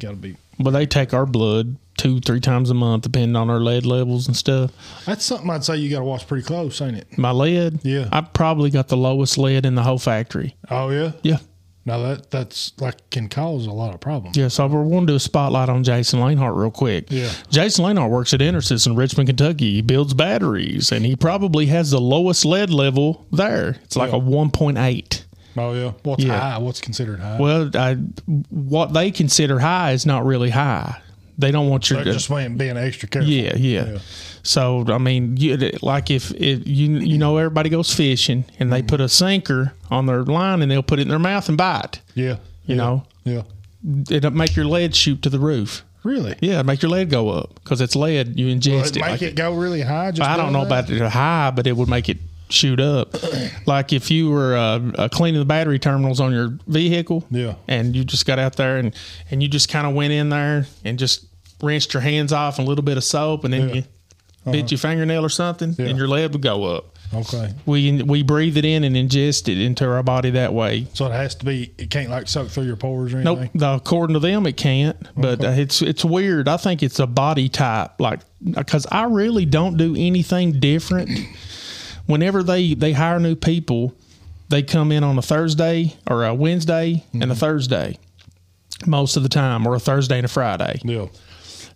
S2: Gotta be.
S1: But they take our blood two, three times a month, depending on our lead levels and stuff.
S2: That's something I'd say you gotta watch pretty close, ain't it?
S1: My lead,
S2: Yeah.
S1: I probably got the lowest lead in the whole factory.
S2: Oh yeah.
S1: Yeah.
S2: Now that that's like can cause a lot of problems.
S1: Yeah, so we're wanting to do a spotlight on Jason Lanehart real quick.
S2: Yeah.
S1: Jason Lanehart works at Intersys in Richmond, Kentucky. He builds batteries and he probably has the lowest lead level there. It's like a 1.8.
S2: Oh yeah. What's
S1: Yeah.
S2: high? What's considered high?
S1: Well, I, what they consider high is not really high. They don't want your
S2: They're just being being extra careful.
S1: Yeah, yeah. So I mean, you, like if, if you you know everybody goes fishing and they put a sinker on their line and they'll put it in their mouth and bite.
S2: Yeah.
S1: You know,
S2: Yeah.
S1: it'll make your lead shoot to the roof.
S2: Really?
S1: Yeah, it'd make your lead go up because it's lead you ingest
S2: Would it
S1: it.
S2: make
S1: like-
S2: it go really high? Just
S1: I don't know about the high, but it would make it shoot up. (clears throat) like if you were uh, uh, cleaning the battery terminals on your vehicle,
S2: Yeah.
S1: and you just got out there and and you just kind of went in there and just rinsed your hands off and a little bit of soap, and then
S2: Yeah. Uh-huh.
S1: you bit your fingernail or something,
S2: Yeah.
S1: and your lead would go up.
S2: Okay,
S1: We we breathe it in and ingest it into our body that way.
S2: so it has to be. It can't like soak through your pores or anything.
S1: Nope. the- according to them, it can't. But uh, it's it's weird. I think it's a body type, like because I really don't do anything different. Whenever they they hire new people, they come in on a Thursday or a Wednesday and a Thursday, most of the time, or a Thursday and a Friday.
S2: Yeah.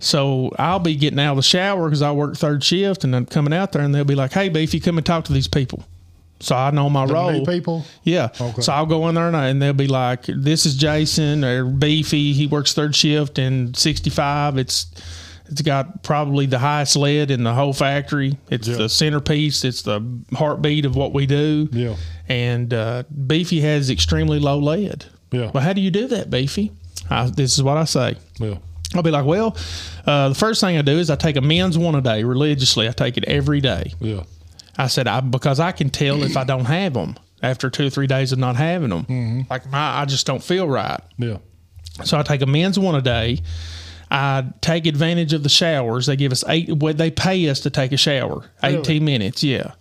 S1: So I'll be getting out of the shower because I work third shift, and I'm coming out there, and they'll be like, "Hey, beefy, come and talk to these people." So I know my
S2: The
S1: role.
S2: new people.
S1: Yeah.
S2: Okay.
S1: So I'll go in there and, I, and they'll be like, "This is Jason or Beefy. He works third shift and 65. It's it's got probably the highest lead in the whole factory. It's the centerpiece. It's the heartbeat of what we do.
S2: Yeah.
S1: And uh, Beefy has extremely low lead.
S2: Yeah.
S1: Well, how do you do that, Beefy? I, this is what I say.
S2: Yeah.
S1: I'll be like, well, uh, the first thing I do is I take a men's one a day religiously. I take it every day.
S2: Yeah.
S1: I said, I, because I can tell if I don't have them after two or three days of not having them.
S2: Mm-hmm.
S1: Like my, I just don't feel right.
S2: Yeah.
S1: So I take a men's one a day. I take advantage of the showers. They give us eight. Well, they pay us to take a shower, eighteen minutes. Yeah.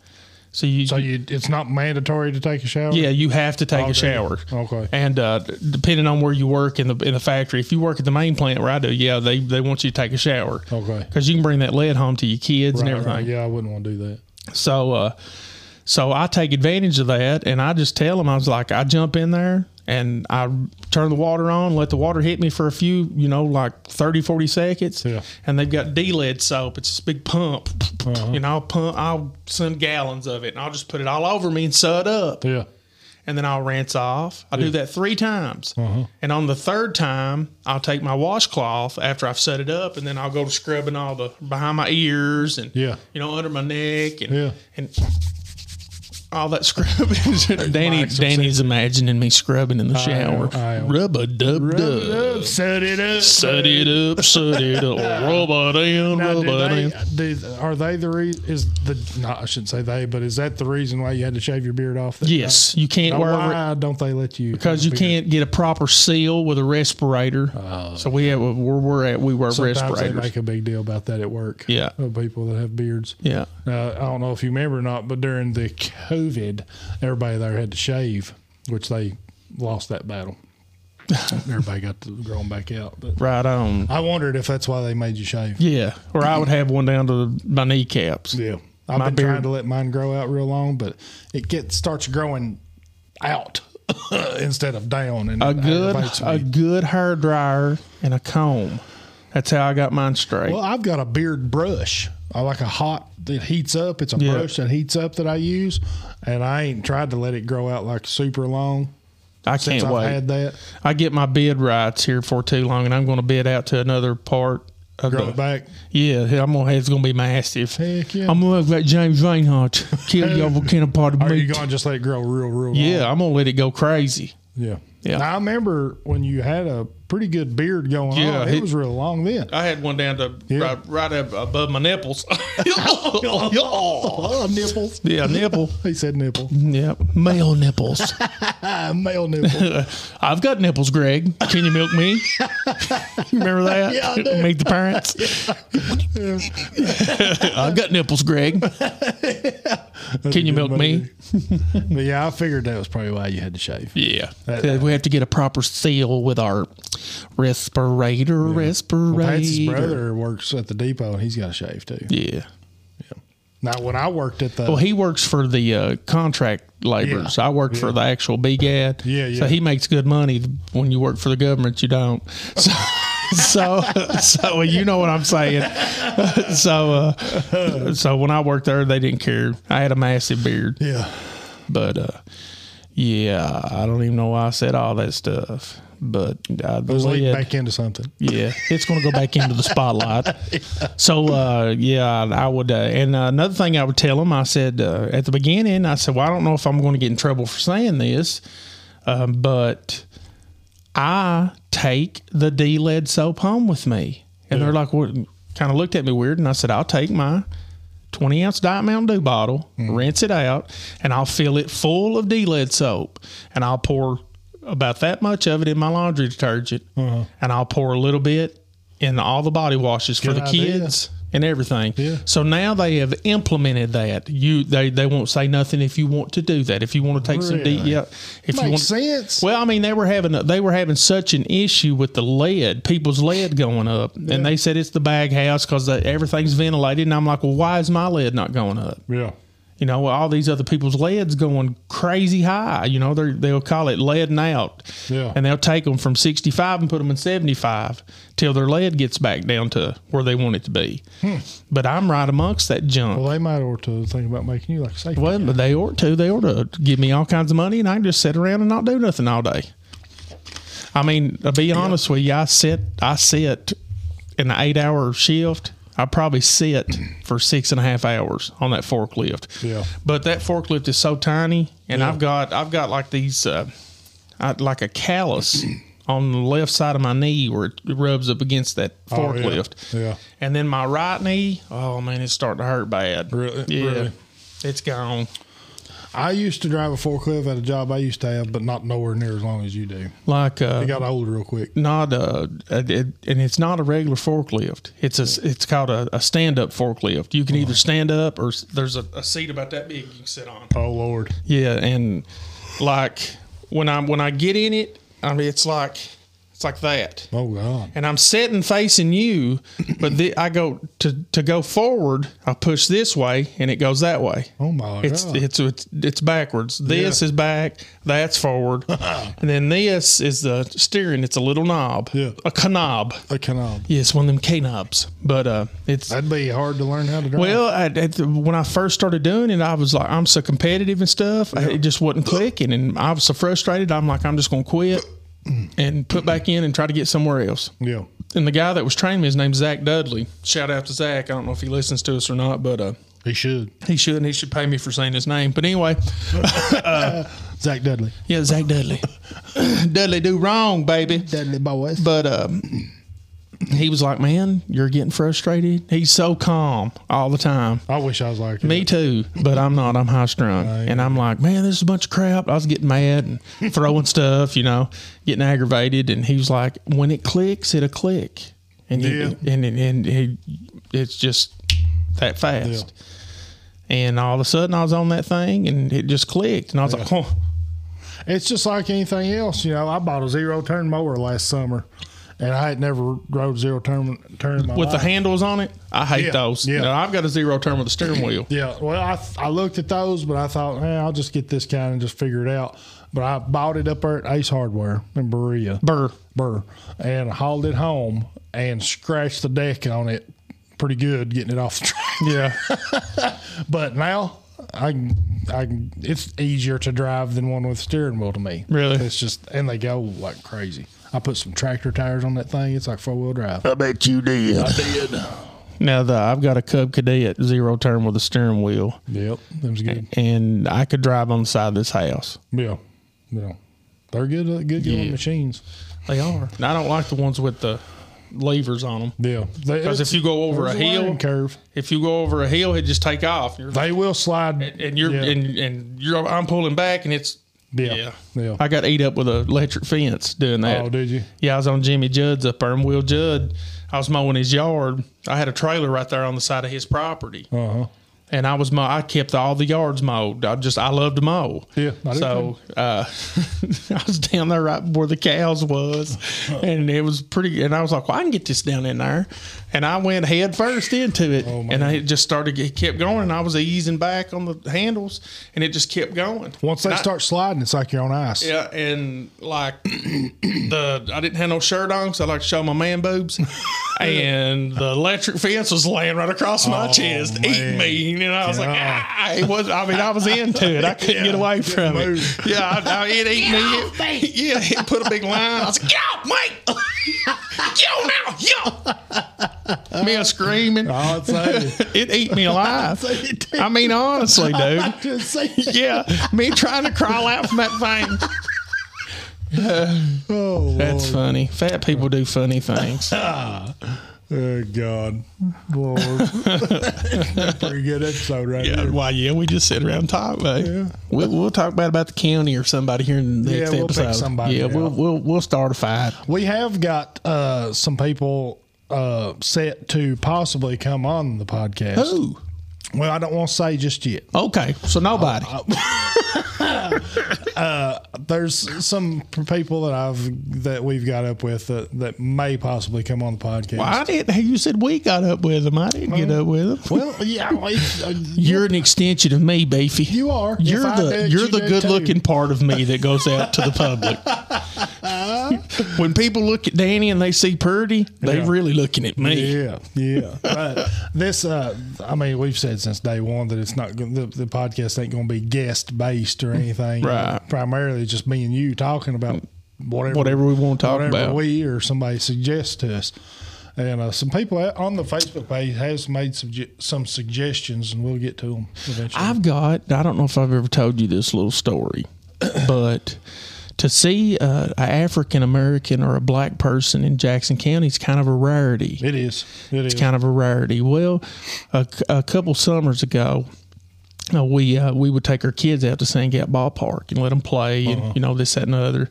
S1: So you,
S2: So you, it's not mandatory to take a shower.
S1: yeah, you have to take
S2: Okay.
S1: a shower.
S2: Okay.
S1: And uh, d- depending on where you work in the in the factory, if you work at the main plant where I do, yeah, they they want you to take a shower.
S2: Okay.
S1: Because you can bring that lead home to your kids
S2: Right,
S1: and everything.
S2: right. Yeah, I wouldn't want to do that.
S1: So, uh, so I take advantage of that, and I just tell them I was like, I jump in there and I turn the water on, let the water hit me for a few, you know, like 30, 40 seconds.
S2: Yeah.
S1: And they've got D lead soap. It's this big pump, and I'll pump, I'll send gallons of it, and I'll just put it all over me and sud up,
S2: Yeah.
S1: and then I'll rinse off. I do that three times,
S2: Uh-huh.
S1: and on the third time, I'll take my washcloth after I've set it up, and then I'll go to scrubbing all the behind my ears and
S2: Yeah.
S1: you know, under my neck and
S2: Yeah.
S1: and all that (laughs) scrubbing. Danny
S2: Mike's
S1: Danny's imagining me scrubbing in the shower.
S2: I am.
S1: Rub a dub dub.
S2: Set it up.
S1: Set it up, set it
S2: (laughs)
S1: up. Rub it in,
S2: Now,
S1: rub
S2: do
S1: it in.
S2: they, do, are they the reason? Is the no? I shouldn't say they, but is that the reason why you had to shave your beard off? That
S1: Yes, you
S2: Day?
S1: can't
S2: Now,
S1: wear a re-
S2: why don't they let you?
S1: because you
S2: beard?
S1: can't get a proper seal with a respirator. so we have where we're at. We wear
S2: Oh, Sometimes they
S1: respirators.
S2: make a big deal about that at work.
S1: Yeah.
S2: of people that have beards.
S1: yeah.
S2: Uh, I don't know if you remember or not, but during the COVID, everybody there had to shave, which they lost
S1: (laughs)
S2: that battle. everybody got to grown back out. But
S1: Right on.
S2: I wondered if that's why they made you shave.
S1: Yeah. Or I would have one down to my kneecaps.
S2: Yeah. I've
S1: My
S2: been
S1: beard-
S2: trying to let mine grow out real long, but it gets starts growing out (laughs) instead of down. And
S1: a
S2: it
S1: good
S2: aggravates
S1: a
S2: me.
S1: good hair dryer and a comb. That's how I got mine straight.
S2: Well, I've got a beard brush. I like a hot that heats up. It's a
S1: Yeah.
S2: brush that heats up that I use, and I ain't tried to let it grow out like super long
S1: I
S2: since
S1: can't
S2: I've
S1: wait.
S2: had that.
S1: I get my bid rights here for too long, and I'm going to bid out to another part of
S2: Grow
S1: the-
S2: it back.
S1: Yeah, I'm gonna. It's gonna be massive.
S2: Heck yeah.
S1: I'm gonna look like James Reinhardt.
S2: (laughs)
S1: Kill you over can of pot of
S2: Are you
S1: meat.
S2: going to just let it grow real, real long?
S1: Yeah, I'm gonna let it go crazy.
S2: Yeah.
S1: Yeah.
S2: Now, I remember when you had a pretty good beard going
S1: Yeah,
S2: on. It,
S1: it-
S2: was real
S1: (laughs)
S2: long then.
S1: I had one down to
S2: Yeah.
S1: right, right up above my
S2: (laughs)
S1: nipples. (laughs)
S2: Oh, nipples.
S1: yeah, nipple.
S2: He
S1: (laughs)
S2: said nipple. (laughs)
S1: Yeah, male nipples. (laughs)
S2: Ah, male nipple.
S1: I've got nipples, Greg. Can you milk me? (laughs) Remember that?
S2: Yeah, I do.
S1: Meet the
S2: (laughs)
S1: parents. (laughs) I've got nipples, Greg. (laughs) Can you milk me? (laughs)
S2: but yeah, I figured that was probably why you had to shave.
S1: Yeah. Uh, we have to get a proper seal with our respirator, respirator.
S2: Patsy's brother works at the depot and he's got a shave too.
S1: Yeah.
S2: Now, when I worked at the.
S1: Well, he works for the uh, contract laborers.
S2: Yeah.
S1: I work for the actual BGAD.
S2: Yeah, yeah.
S1: So he makes good money. When you work for the government, you don't. (laughs) So, so, so you know what I'm saying. (laughs) so, uh, so when I worked there, they didn't care. I had a massive beard,
S2: yeah.
S1: but uh, yeah, I don't even know why I said all that stuff. But I
S2: It was leading
S1: led-
S2: back into something.
S1: yeah, it's going to go back into the spotlight. So, uh, yeah, I would. Uh, and uh, another thing I would tell them, I said uh, at the beginning, I said, well, I don't know if I'm going to get in trouble for saying this, um, but I take the D lead soap home with me. And they're like, what? Kind of looked at me weird. And I said, I'll take my 20 ounce Diet Mountain Dew bottle,
S2: Mm.
S1: rinse it out, and I'll fill it full of D lead soap. And I'll pour about that much of it in my laundry detergent.
S2: Uh-huh.
S1: And I'll pour a little bit in all the body washes for
S2: Good
S1: the
S2: idea.
S1: kids and everything.
S2: Yeah.
S1: So now they have implemented that. You they, they won't say nothing if you want to do that. If you want to take some D
S2: Really?
S1: yeah. If you want
S2: Makes sense.
S1: well, I mean, they were having they were having such an issue with the lead, people's lead going up, and they said it's the bag house because everything's ventilated. And I'm like, well, why is my lead not going up?
S2: Yeah.
S1: You know, all these other people's leads going crazy high. You know, they they'll call it leading out,
S2: Yeah.
S1: and they'll take them from 65 and put them in 75 till their lead gets back down to where they want it to be.
S2: Hmm.
S1: But I'm right amongst that junk.
S2: Well, they might ought to think about making you like a safety.
S1: Well, but they ought to. They ought to give me all kinds of money, and I can just sit around and not do nothing all day. I mean, to be honest with you, I sit, I sit in an eight-hour shift. I probably sit for six and a half hours on that forklift.
S2: Yeah.
S1: But that forklift is so tiny, and I've got, I've got like these, uh, I, like a callus (clears throat) on the left side of my knee where it rubs up against that
S2: Oh, yeah.
S1: forklift.
S2: Yeah.
S1: And then my right knee, oh man, it's starting to hurt bad.
S2: Really?
S1: Yeah.
S2: Really?
S1: It's gone.
S2: I used to drive a forklift at a job I used to have, but not nowhere near as long as you do.
S1: Like
S2: I
S1: uh,
S2: got old real quick.
S1: not a, a- it, and it's not a regular forklift. It's a it's called a, a stand up forklift. You can
S2: Uh-huh.
S1: either stand up or s- there's a, a seat about that big you can sit on.
S2: Oh Lord.
S1: Yeah, and like when I when I get in it, I mean it's like it's like that.
S2: Oh God.
S1: and I'm sitting facing you, but the, I go to to go forward. I push this way, and it goes that way.
S2: Oh my
S1: It's
S2: God.
S1: it's it's it's backwards. This is back. That's
S2: (laughs)
S1: forward, and then this is the steering. It's a little knob,
S2: Yeah.
S1: a knob.
S2: I cannot.
S1: Yeah, it's one of them K knobs. But uh, it's
S2: That'd be hard to learn how to drive.
S1: well, I, at the, when I first started doing it, I was like, I'm so competitive and stuff. I, it just
S2: (laughs)
S1: wasn't clicking, and I was so frustrated. I'm like, I'm just gonna quit and put back in and try to get somewhere else
S2: yeah.
S1: and the guy that was training me, his name's Zach Dudley. Shout out to Zach. I don't know if he listens to us or not, but uh,
S2: He should.
S1: he should and he should pay me for saying his name. But anyway,
S2: Zach Dudley.
S1: yeah, Zach Dudley. (laughs) Dudley do wrong, baby.
S2: Dudley boys.
S1: But um, he was like, "Man, you're getting frustrated." He's so calm all the time.
S2: I wish I was like
S1: Me too, but I'm not. I'm high strung, and I'm like, man, this is a bunch of crap. I was getting mad (laughs) and throwing stuff, you know, getting aggravated. And he was like, when it clicks, it'll click, and you-
S2: Yeah.
S1: and and, and he, it's just that fast. And all of a sudden, I was on that thing, and it just clicked, and I was like, huh.
S2: It's just like anything else, you know. I bought a zero turn mower last summer, and I had never rode zero turn turn in my
S1: with the
S2: life.
S1: handles on it, I hate
S2: Yeah,
S1: those.
S2: yeah.
S1: Now, I've got a zero turn with a steering wheel.
S2: Yeah, well, I, I looked at those, but I thought, hey, I'll just get this kind and just figure it out. But I bought it up there at Ace Hardware in Berea,
S1: Burr.
S2: Burr, and hauled it home and scratched the deck on it pretty good, getting it off the track.
S1: Yeah.
S2: (laughs) But now I can- I can- it's easier to drive than one with steering wheel to me.
S1: Really?
S2: It's just and they go like crazy. I put some tractor tires on that thing. It's like four wheel drive.
S8: I bet you did. I did.
S1: Now the I've got a Cub Cadet zero turn with a steering wheel,
S2: Yep, that was good.
S1: and I could drive on the side of this house.
S2: Yeah, yeah. They're good, uh, good going
S1: Yeah.
S2: machines.
S1: They are. And I don't like the ones with the levers on them
S2: Yeah,
S1: because if you go over a hill,
S2: curve,
S1: if you go over a hill, it just take off. You're,
S2: they will slide.
S1: and you're
S2: Yeah.
S1: and, and you're I'm pulling back, and it's
S2: Yeah, yeah.
S1: I got ate up with an electric fence doing that.
S2: Oh, did you?
S1: Yeah, I was on Jimmy Judd's up there, and Will Judd. I was mowing his yard. I had a trailer right there on the side of his property,
S2: Uh huh.
S1: and I was mow- I kept all the yards mowed. I just I love to mow.
S2: Yeah, I do
S1: so uh, (laughs) I was down there right where the cows was, and it was pretty. And I was like, "Well, I can get this down in there," and I went head first into it,
S2: Oh,
S1: and I it just started it kept going, and I was easing back on the handles, and it just kept going.
S2: Once they
S1: And I-
S2: start sliding, it's like you're on ice.
S1: yeah, and like (coughs) the I didn't have no shirt on, so I like to show my man (laughs) boobs. and the electric fence was laying right across my
S2: Oh,
S1: chest,
S2: man.
S1: eating me. And I was like,
S2: Yeah.
S1: ah, it was. I mean, I was into it. I couldn't get away from
S2: move.
S1: it. Yeah, I, I, it ate me. It- (laughs) yeah, it put a big line. I was like, get out, mate. (laughs) get on now, yo. Me screaming.
S2: I'd say.
S1: (laughs) It ate me (laughs) alive. I mean, (laughs) honestly, dude.
S2: Just say
S1: (laughs)
S2: it.
S1: Yeah, me trying to crawl out from that thing. (laughs)
S2: Oh,
S1: That's funny. Fat people do funny things.
S2: oh, God. Lord. Pretty good episode right
S1: (laughs) yeah,
S2: there.
S1: why? Yeah, we just sit around and talk. About it. We'll, we'll talk bad about the county or somebody here in the
S2: Yeah,
S1: next
S2: we'll pick
S1: episode.
S2: somebody
S1: yeah, we'll
S2: out.
S1: we'll we'll start a fight.
S2: We have got uh, some people uh, set to possibly come on the podcast.
S1: Who?
S2: Well, I don't want to say just yet.
S1: Okay, so nobody.
S2: There's some people that I've that we've got up with that, that may possibly come on the podcast.
S1: I didn't. You said we got up with them. I didn't get up with them.
S2: Well, yeah, well, it's, uh,
S1: You're an extension of me, Beefy.
S2: you are. If
S1: You're
S2: I do
S1: the
S2: it,
S1: you're
S2: you
S1: the
S2: do
S1: good looking
S2: too.
S1: part of me that goes out to the public.
S2: (laughs)
S1: when people look at Danny and they see Purdy, they
S2: Yeah.
S1: really looking at me.
S2: Yeah, yeah. But (laughs) this, uh, I mean, we've said since day one that it's not gon- the, the podcast ain't going to be guest based or anything.
S1: Right.
S2: Primarily, just me and you talking about whatever
S1: Whatever we want to talk
S2: whatever
S1: about.
S2: we or somebody suggests to us. And uh, some people out on the Facebook page has made sugge- some suggestions, and we'll get to them eventually.
S1: I've got, I don't know if I've ever told you this little story, (clears throat) but to see uh, an African American or a black person in Jackson County is kind of a rarity.
S2: it is. It is.
S1: It's kind of a rarity. Well, a, c- a couple summers ago, uh, we uh, we would take our kids out to St. Gap Ballpark and let them play,
S2: Uh-huh.
S1: and you know this, that, and the other.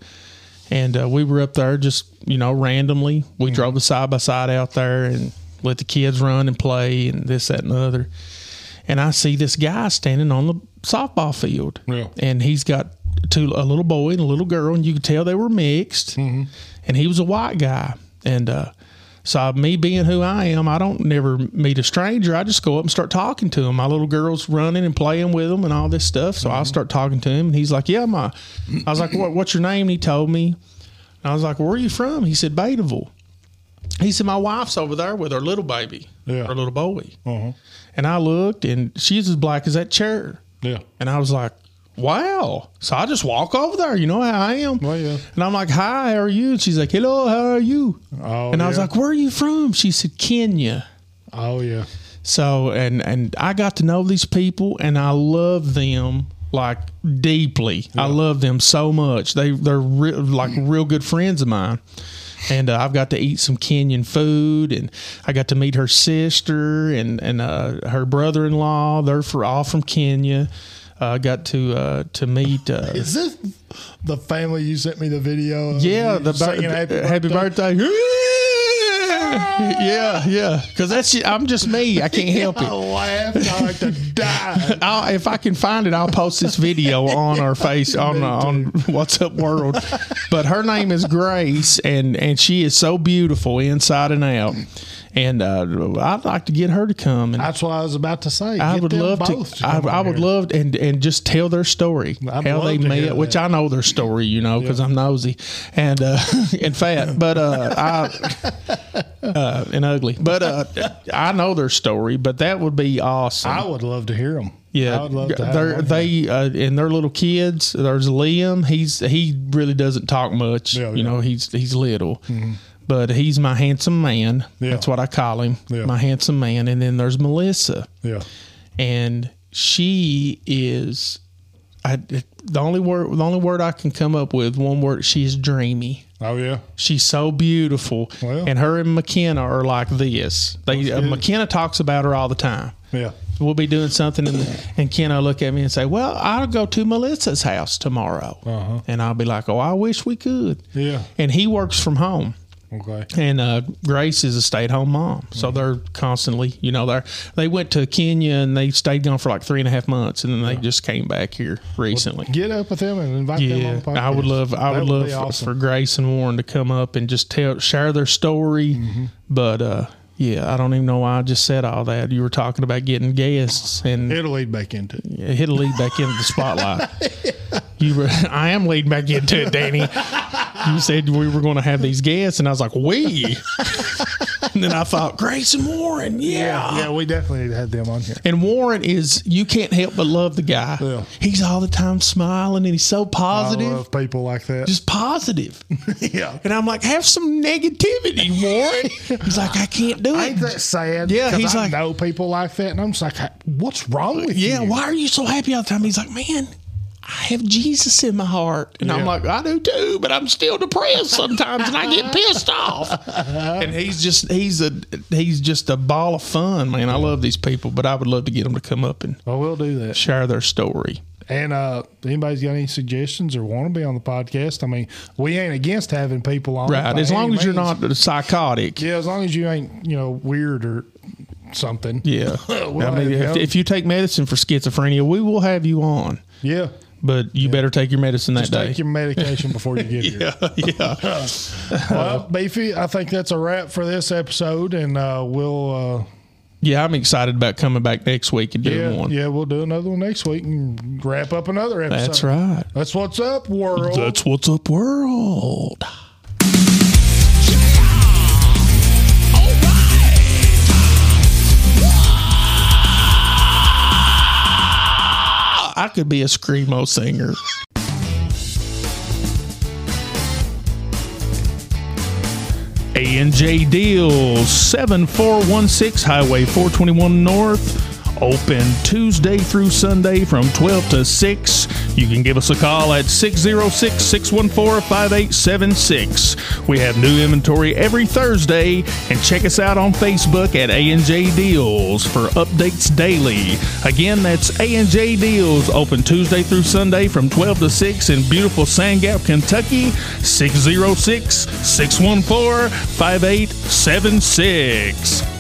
S1: And uh, we were up there just you know randomly. We drove the side by side out there and let the kids run and play and this, that, and the other. And I see this guy standing on the softball field,
S2: Yeah.
S1: and he's got two a little boy and a little girl, and you could tell they were mixed. And he was a white guy, and uh, so me being who I am, I don't never meet a stranger. I just go up and start talking to him. My little girl's running and playing with him and all this stuff. So I start talking to him, and he's like, "Yeah, my." I was like, "What? What's your name?" And he told me. And I was like, "Where are you from?" He said, "Bataville." He said, "My wife's over there with her little baby,
S2: Yeah.
S1: her little boy."
S2: Uh-huh.
S1: And I looked, and she's as black as that chair.
S2: Yeah.
S1: And I was like, wow. So I just walk over there. You know how I am.
S2: Well, yeah.
S1: And I'm like, hi, how are you? And she's like, hello, how are you?
S2: Oh,
S1: and I was
S2: yeah.
S1: like, where are you from? She said, Kenya.
S2: Oh, yeah.
S1: So, and, and I got to know these people and I love them like deeply. I love them so much. They, they're re- like real good friends of mine. And uh, I've got to eat some Kenyan food, and I got to meet her sister and and uh, her brother in law. They're for all from Kenya. Uh, I got to uh, to meet uh,
S2: Is this the family you sent me the video?
S1: (laughs)
S2: Of
S1: yeah,
S2: You
S1: the bir-
S2: singing
S1: happy, birthday. (laughs) yeah, yeah. Because that's I'm just me. I can't help
S2: I
S1: it.
S2: laughed. I like to (laughs) die.
S1: (laughs) I'll, if I can find it, I'll post this video on our face on uh, on (laughs) What's Up World. But her name is Grace, and and she is so beautiful inside and out. and uh, I'd like to get her to come. And I,
S2: That's what I was about to say. Get
S1: would
S2: them
S1: love to.
S2: both
S1: I,
S2: come
S1: I
S2: on
S1: would
S2: here.
S1: love and and just tell their story,
S2: I'd
S1: how
S2: love
S1: they
S2: to hear
S1: met, which
S2: that.
S1: I know their story, you know, because I'm nosy and uh, (laughs) and fat, but uh, I (laughs) uh, and ugly, but uh, I know their story. But that would be awesome.
S2: I would love to hear them.
S1: Yeah,
S2: I would love to. have
S1: they're,
S2: them on here.
S1: they uh, and their little kids. There's Liam. He's he really doesn't talk much.
S2: Yeah, yeah.
S1: You know, he's he's little, but he's my handsome man.
S2: Yeah.
S1: That's what I call him,
S2: Yeah.
S1: my handsome man. And then there's Melissa,
S2: yeah.
S1: and she is. I, the only word the only word I can come up with one word she is dreamy.
S2: Oh yeah.
S1: She's so beautiful,
S2: Well.
S1: and her and McKenna are like this. They uh,
S2: good.
S1: McKenna talks about her all the time
S2: Yeah.
S1: we'll be doing something and, and Ken will look at me and say, well, I'll go to Melissa's house tomorrow.
S2: Uh-huh.
S1: And I'll be like, oh, I wish we could.
S2: Yeah.
S1: And he works from home.
S2: Okay.
S1: And uh, Grace is a stay-at-home mom,
S2: Mm-hmm.
S1: so they're constantly, you know, they they went to Kenya and they stayed gone for like three and a half months, and then they just came back here recently.
S2: Get up with them and invite them on
S1: Yeah,
S2: the podcast.
S1: I would love, I
S2: That
S1: would love
S2: be
S1: for-
S2: awesome.
S1: for Grace and Warren to come up and just tell, share their story.
S2: Mm-hmm.
S1: But uh, yeah, I don't even know why I just said all that. You were talking about getting guests, and
S2: It'll lead back into it.
S1: yeah, hit a lead back into the
S2: (laughs)
S1: spotlight. You were, (laughs) I am leading back into it, Danny. You said we were going to have these guests, and I was like, we. (laughs) and then I thought, Grace and Warren, yeah.
S2: Yeah, we definitely need to have them on here.
S1: And Warren is, you can't help but love the guy.
S2: Yeah.
S1: He's all the time smiling, and he's so
S2: I
S1: positive.
S2: love people like that.
S1: Just positive.
S2: (laughs) yeah.
S1: And I'm like, have some negativity,
S2: (laughs)
S1: Warren. He's like, I can't do
S2: Ain't that
S1: it.
S2: sad?
S1: Yeah,
S2: 'Cause
S1: he's
S2: I
S1: like- Uh,
S2: know people like that, and I'm just like, what's wrong with
S1: Yeah,
S2: you?
S1: why are you so happy all the time? He's like, man, I have Jesus in my heart. And
S2: Yeah.
S1: I'm like, I do too, but I'm still depressed sometimes and I get pissed off.
S2: (laughs)
S1: And he's just he's a he's just a ball of fun, man. I love these people, but I would love to get them to come up and
S2: Well, we'll do that.
S1: share their story.
S2: And uh, anybody's got any suggestions or want to be on the podcast? I mean, we ain't against having people on.
S1: Right.
S2: by
S1: As long
S2: any
S1: as you're
S2: means.
S1: not psychotic.
S2: Yeah, as long as you ain't, you know, weird or something.
S1: Yeah.
S2: (laughs) We'll
S1: I mean,
S2: have
S1: if,
S2: them.
S1: if you take medicine for schizophrenia, we will have you on.
S2: Yeah.
S1: But you better take your medicine that day.
S2: Take your medication before you get here.
S1: (laughs) yeah.
S2: (laughs) Well, Beefy, I think that's a wrap for this episode, and uh, we'll uh,
S1: Yeah, I'm excited about coming back next week and doing
S2: yeah,
S1: one.
S2: yeah, we'll do another one next week and wrap up another episode.
S1: That's right.
S2: That's what's up, world.
S1: That's what's up, world. I could be a screamo singer. A and J Deals, seven four one six Highway four twenty one North. Open Tuesday through Sunday from 12 to 6. You can give us a call at 606 614 5876. We have new inventory every Thursday, and check us out on Facebook at A&J Deals for updates daily. Again, that's A&J Deals, open Tuesday through Sunday from 12 to 6 in beautiful Sand Gap, Kentucky, 606 614 5876.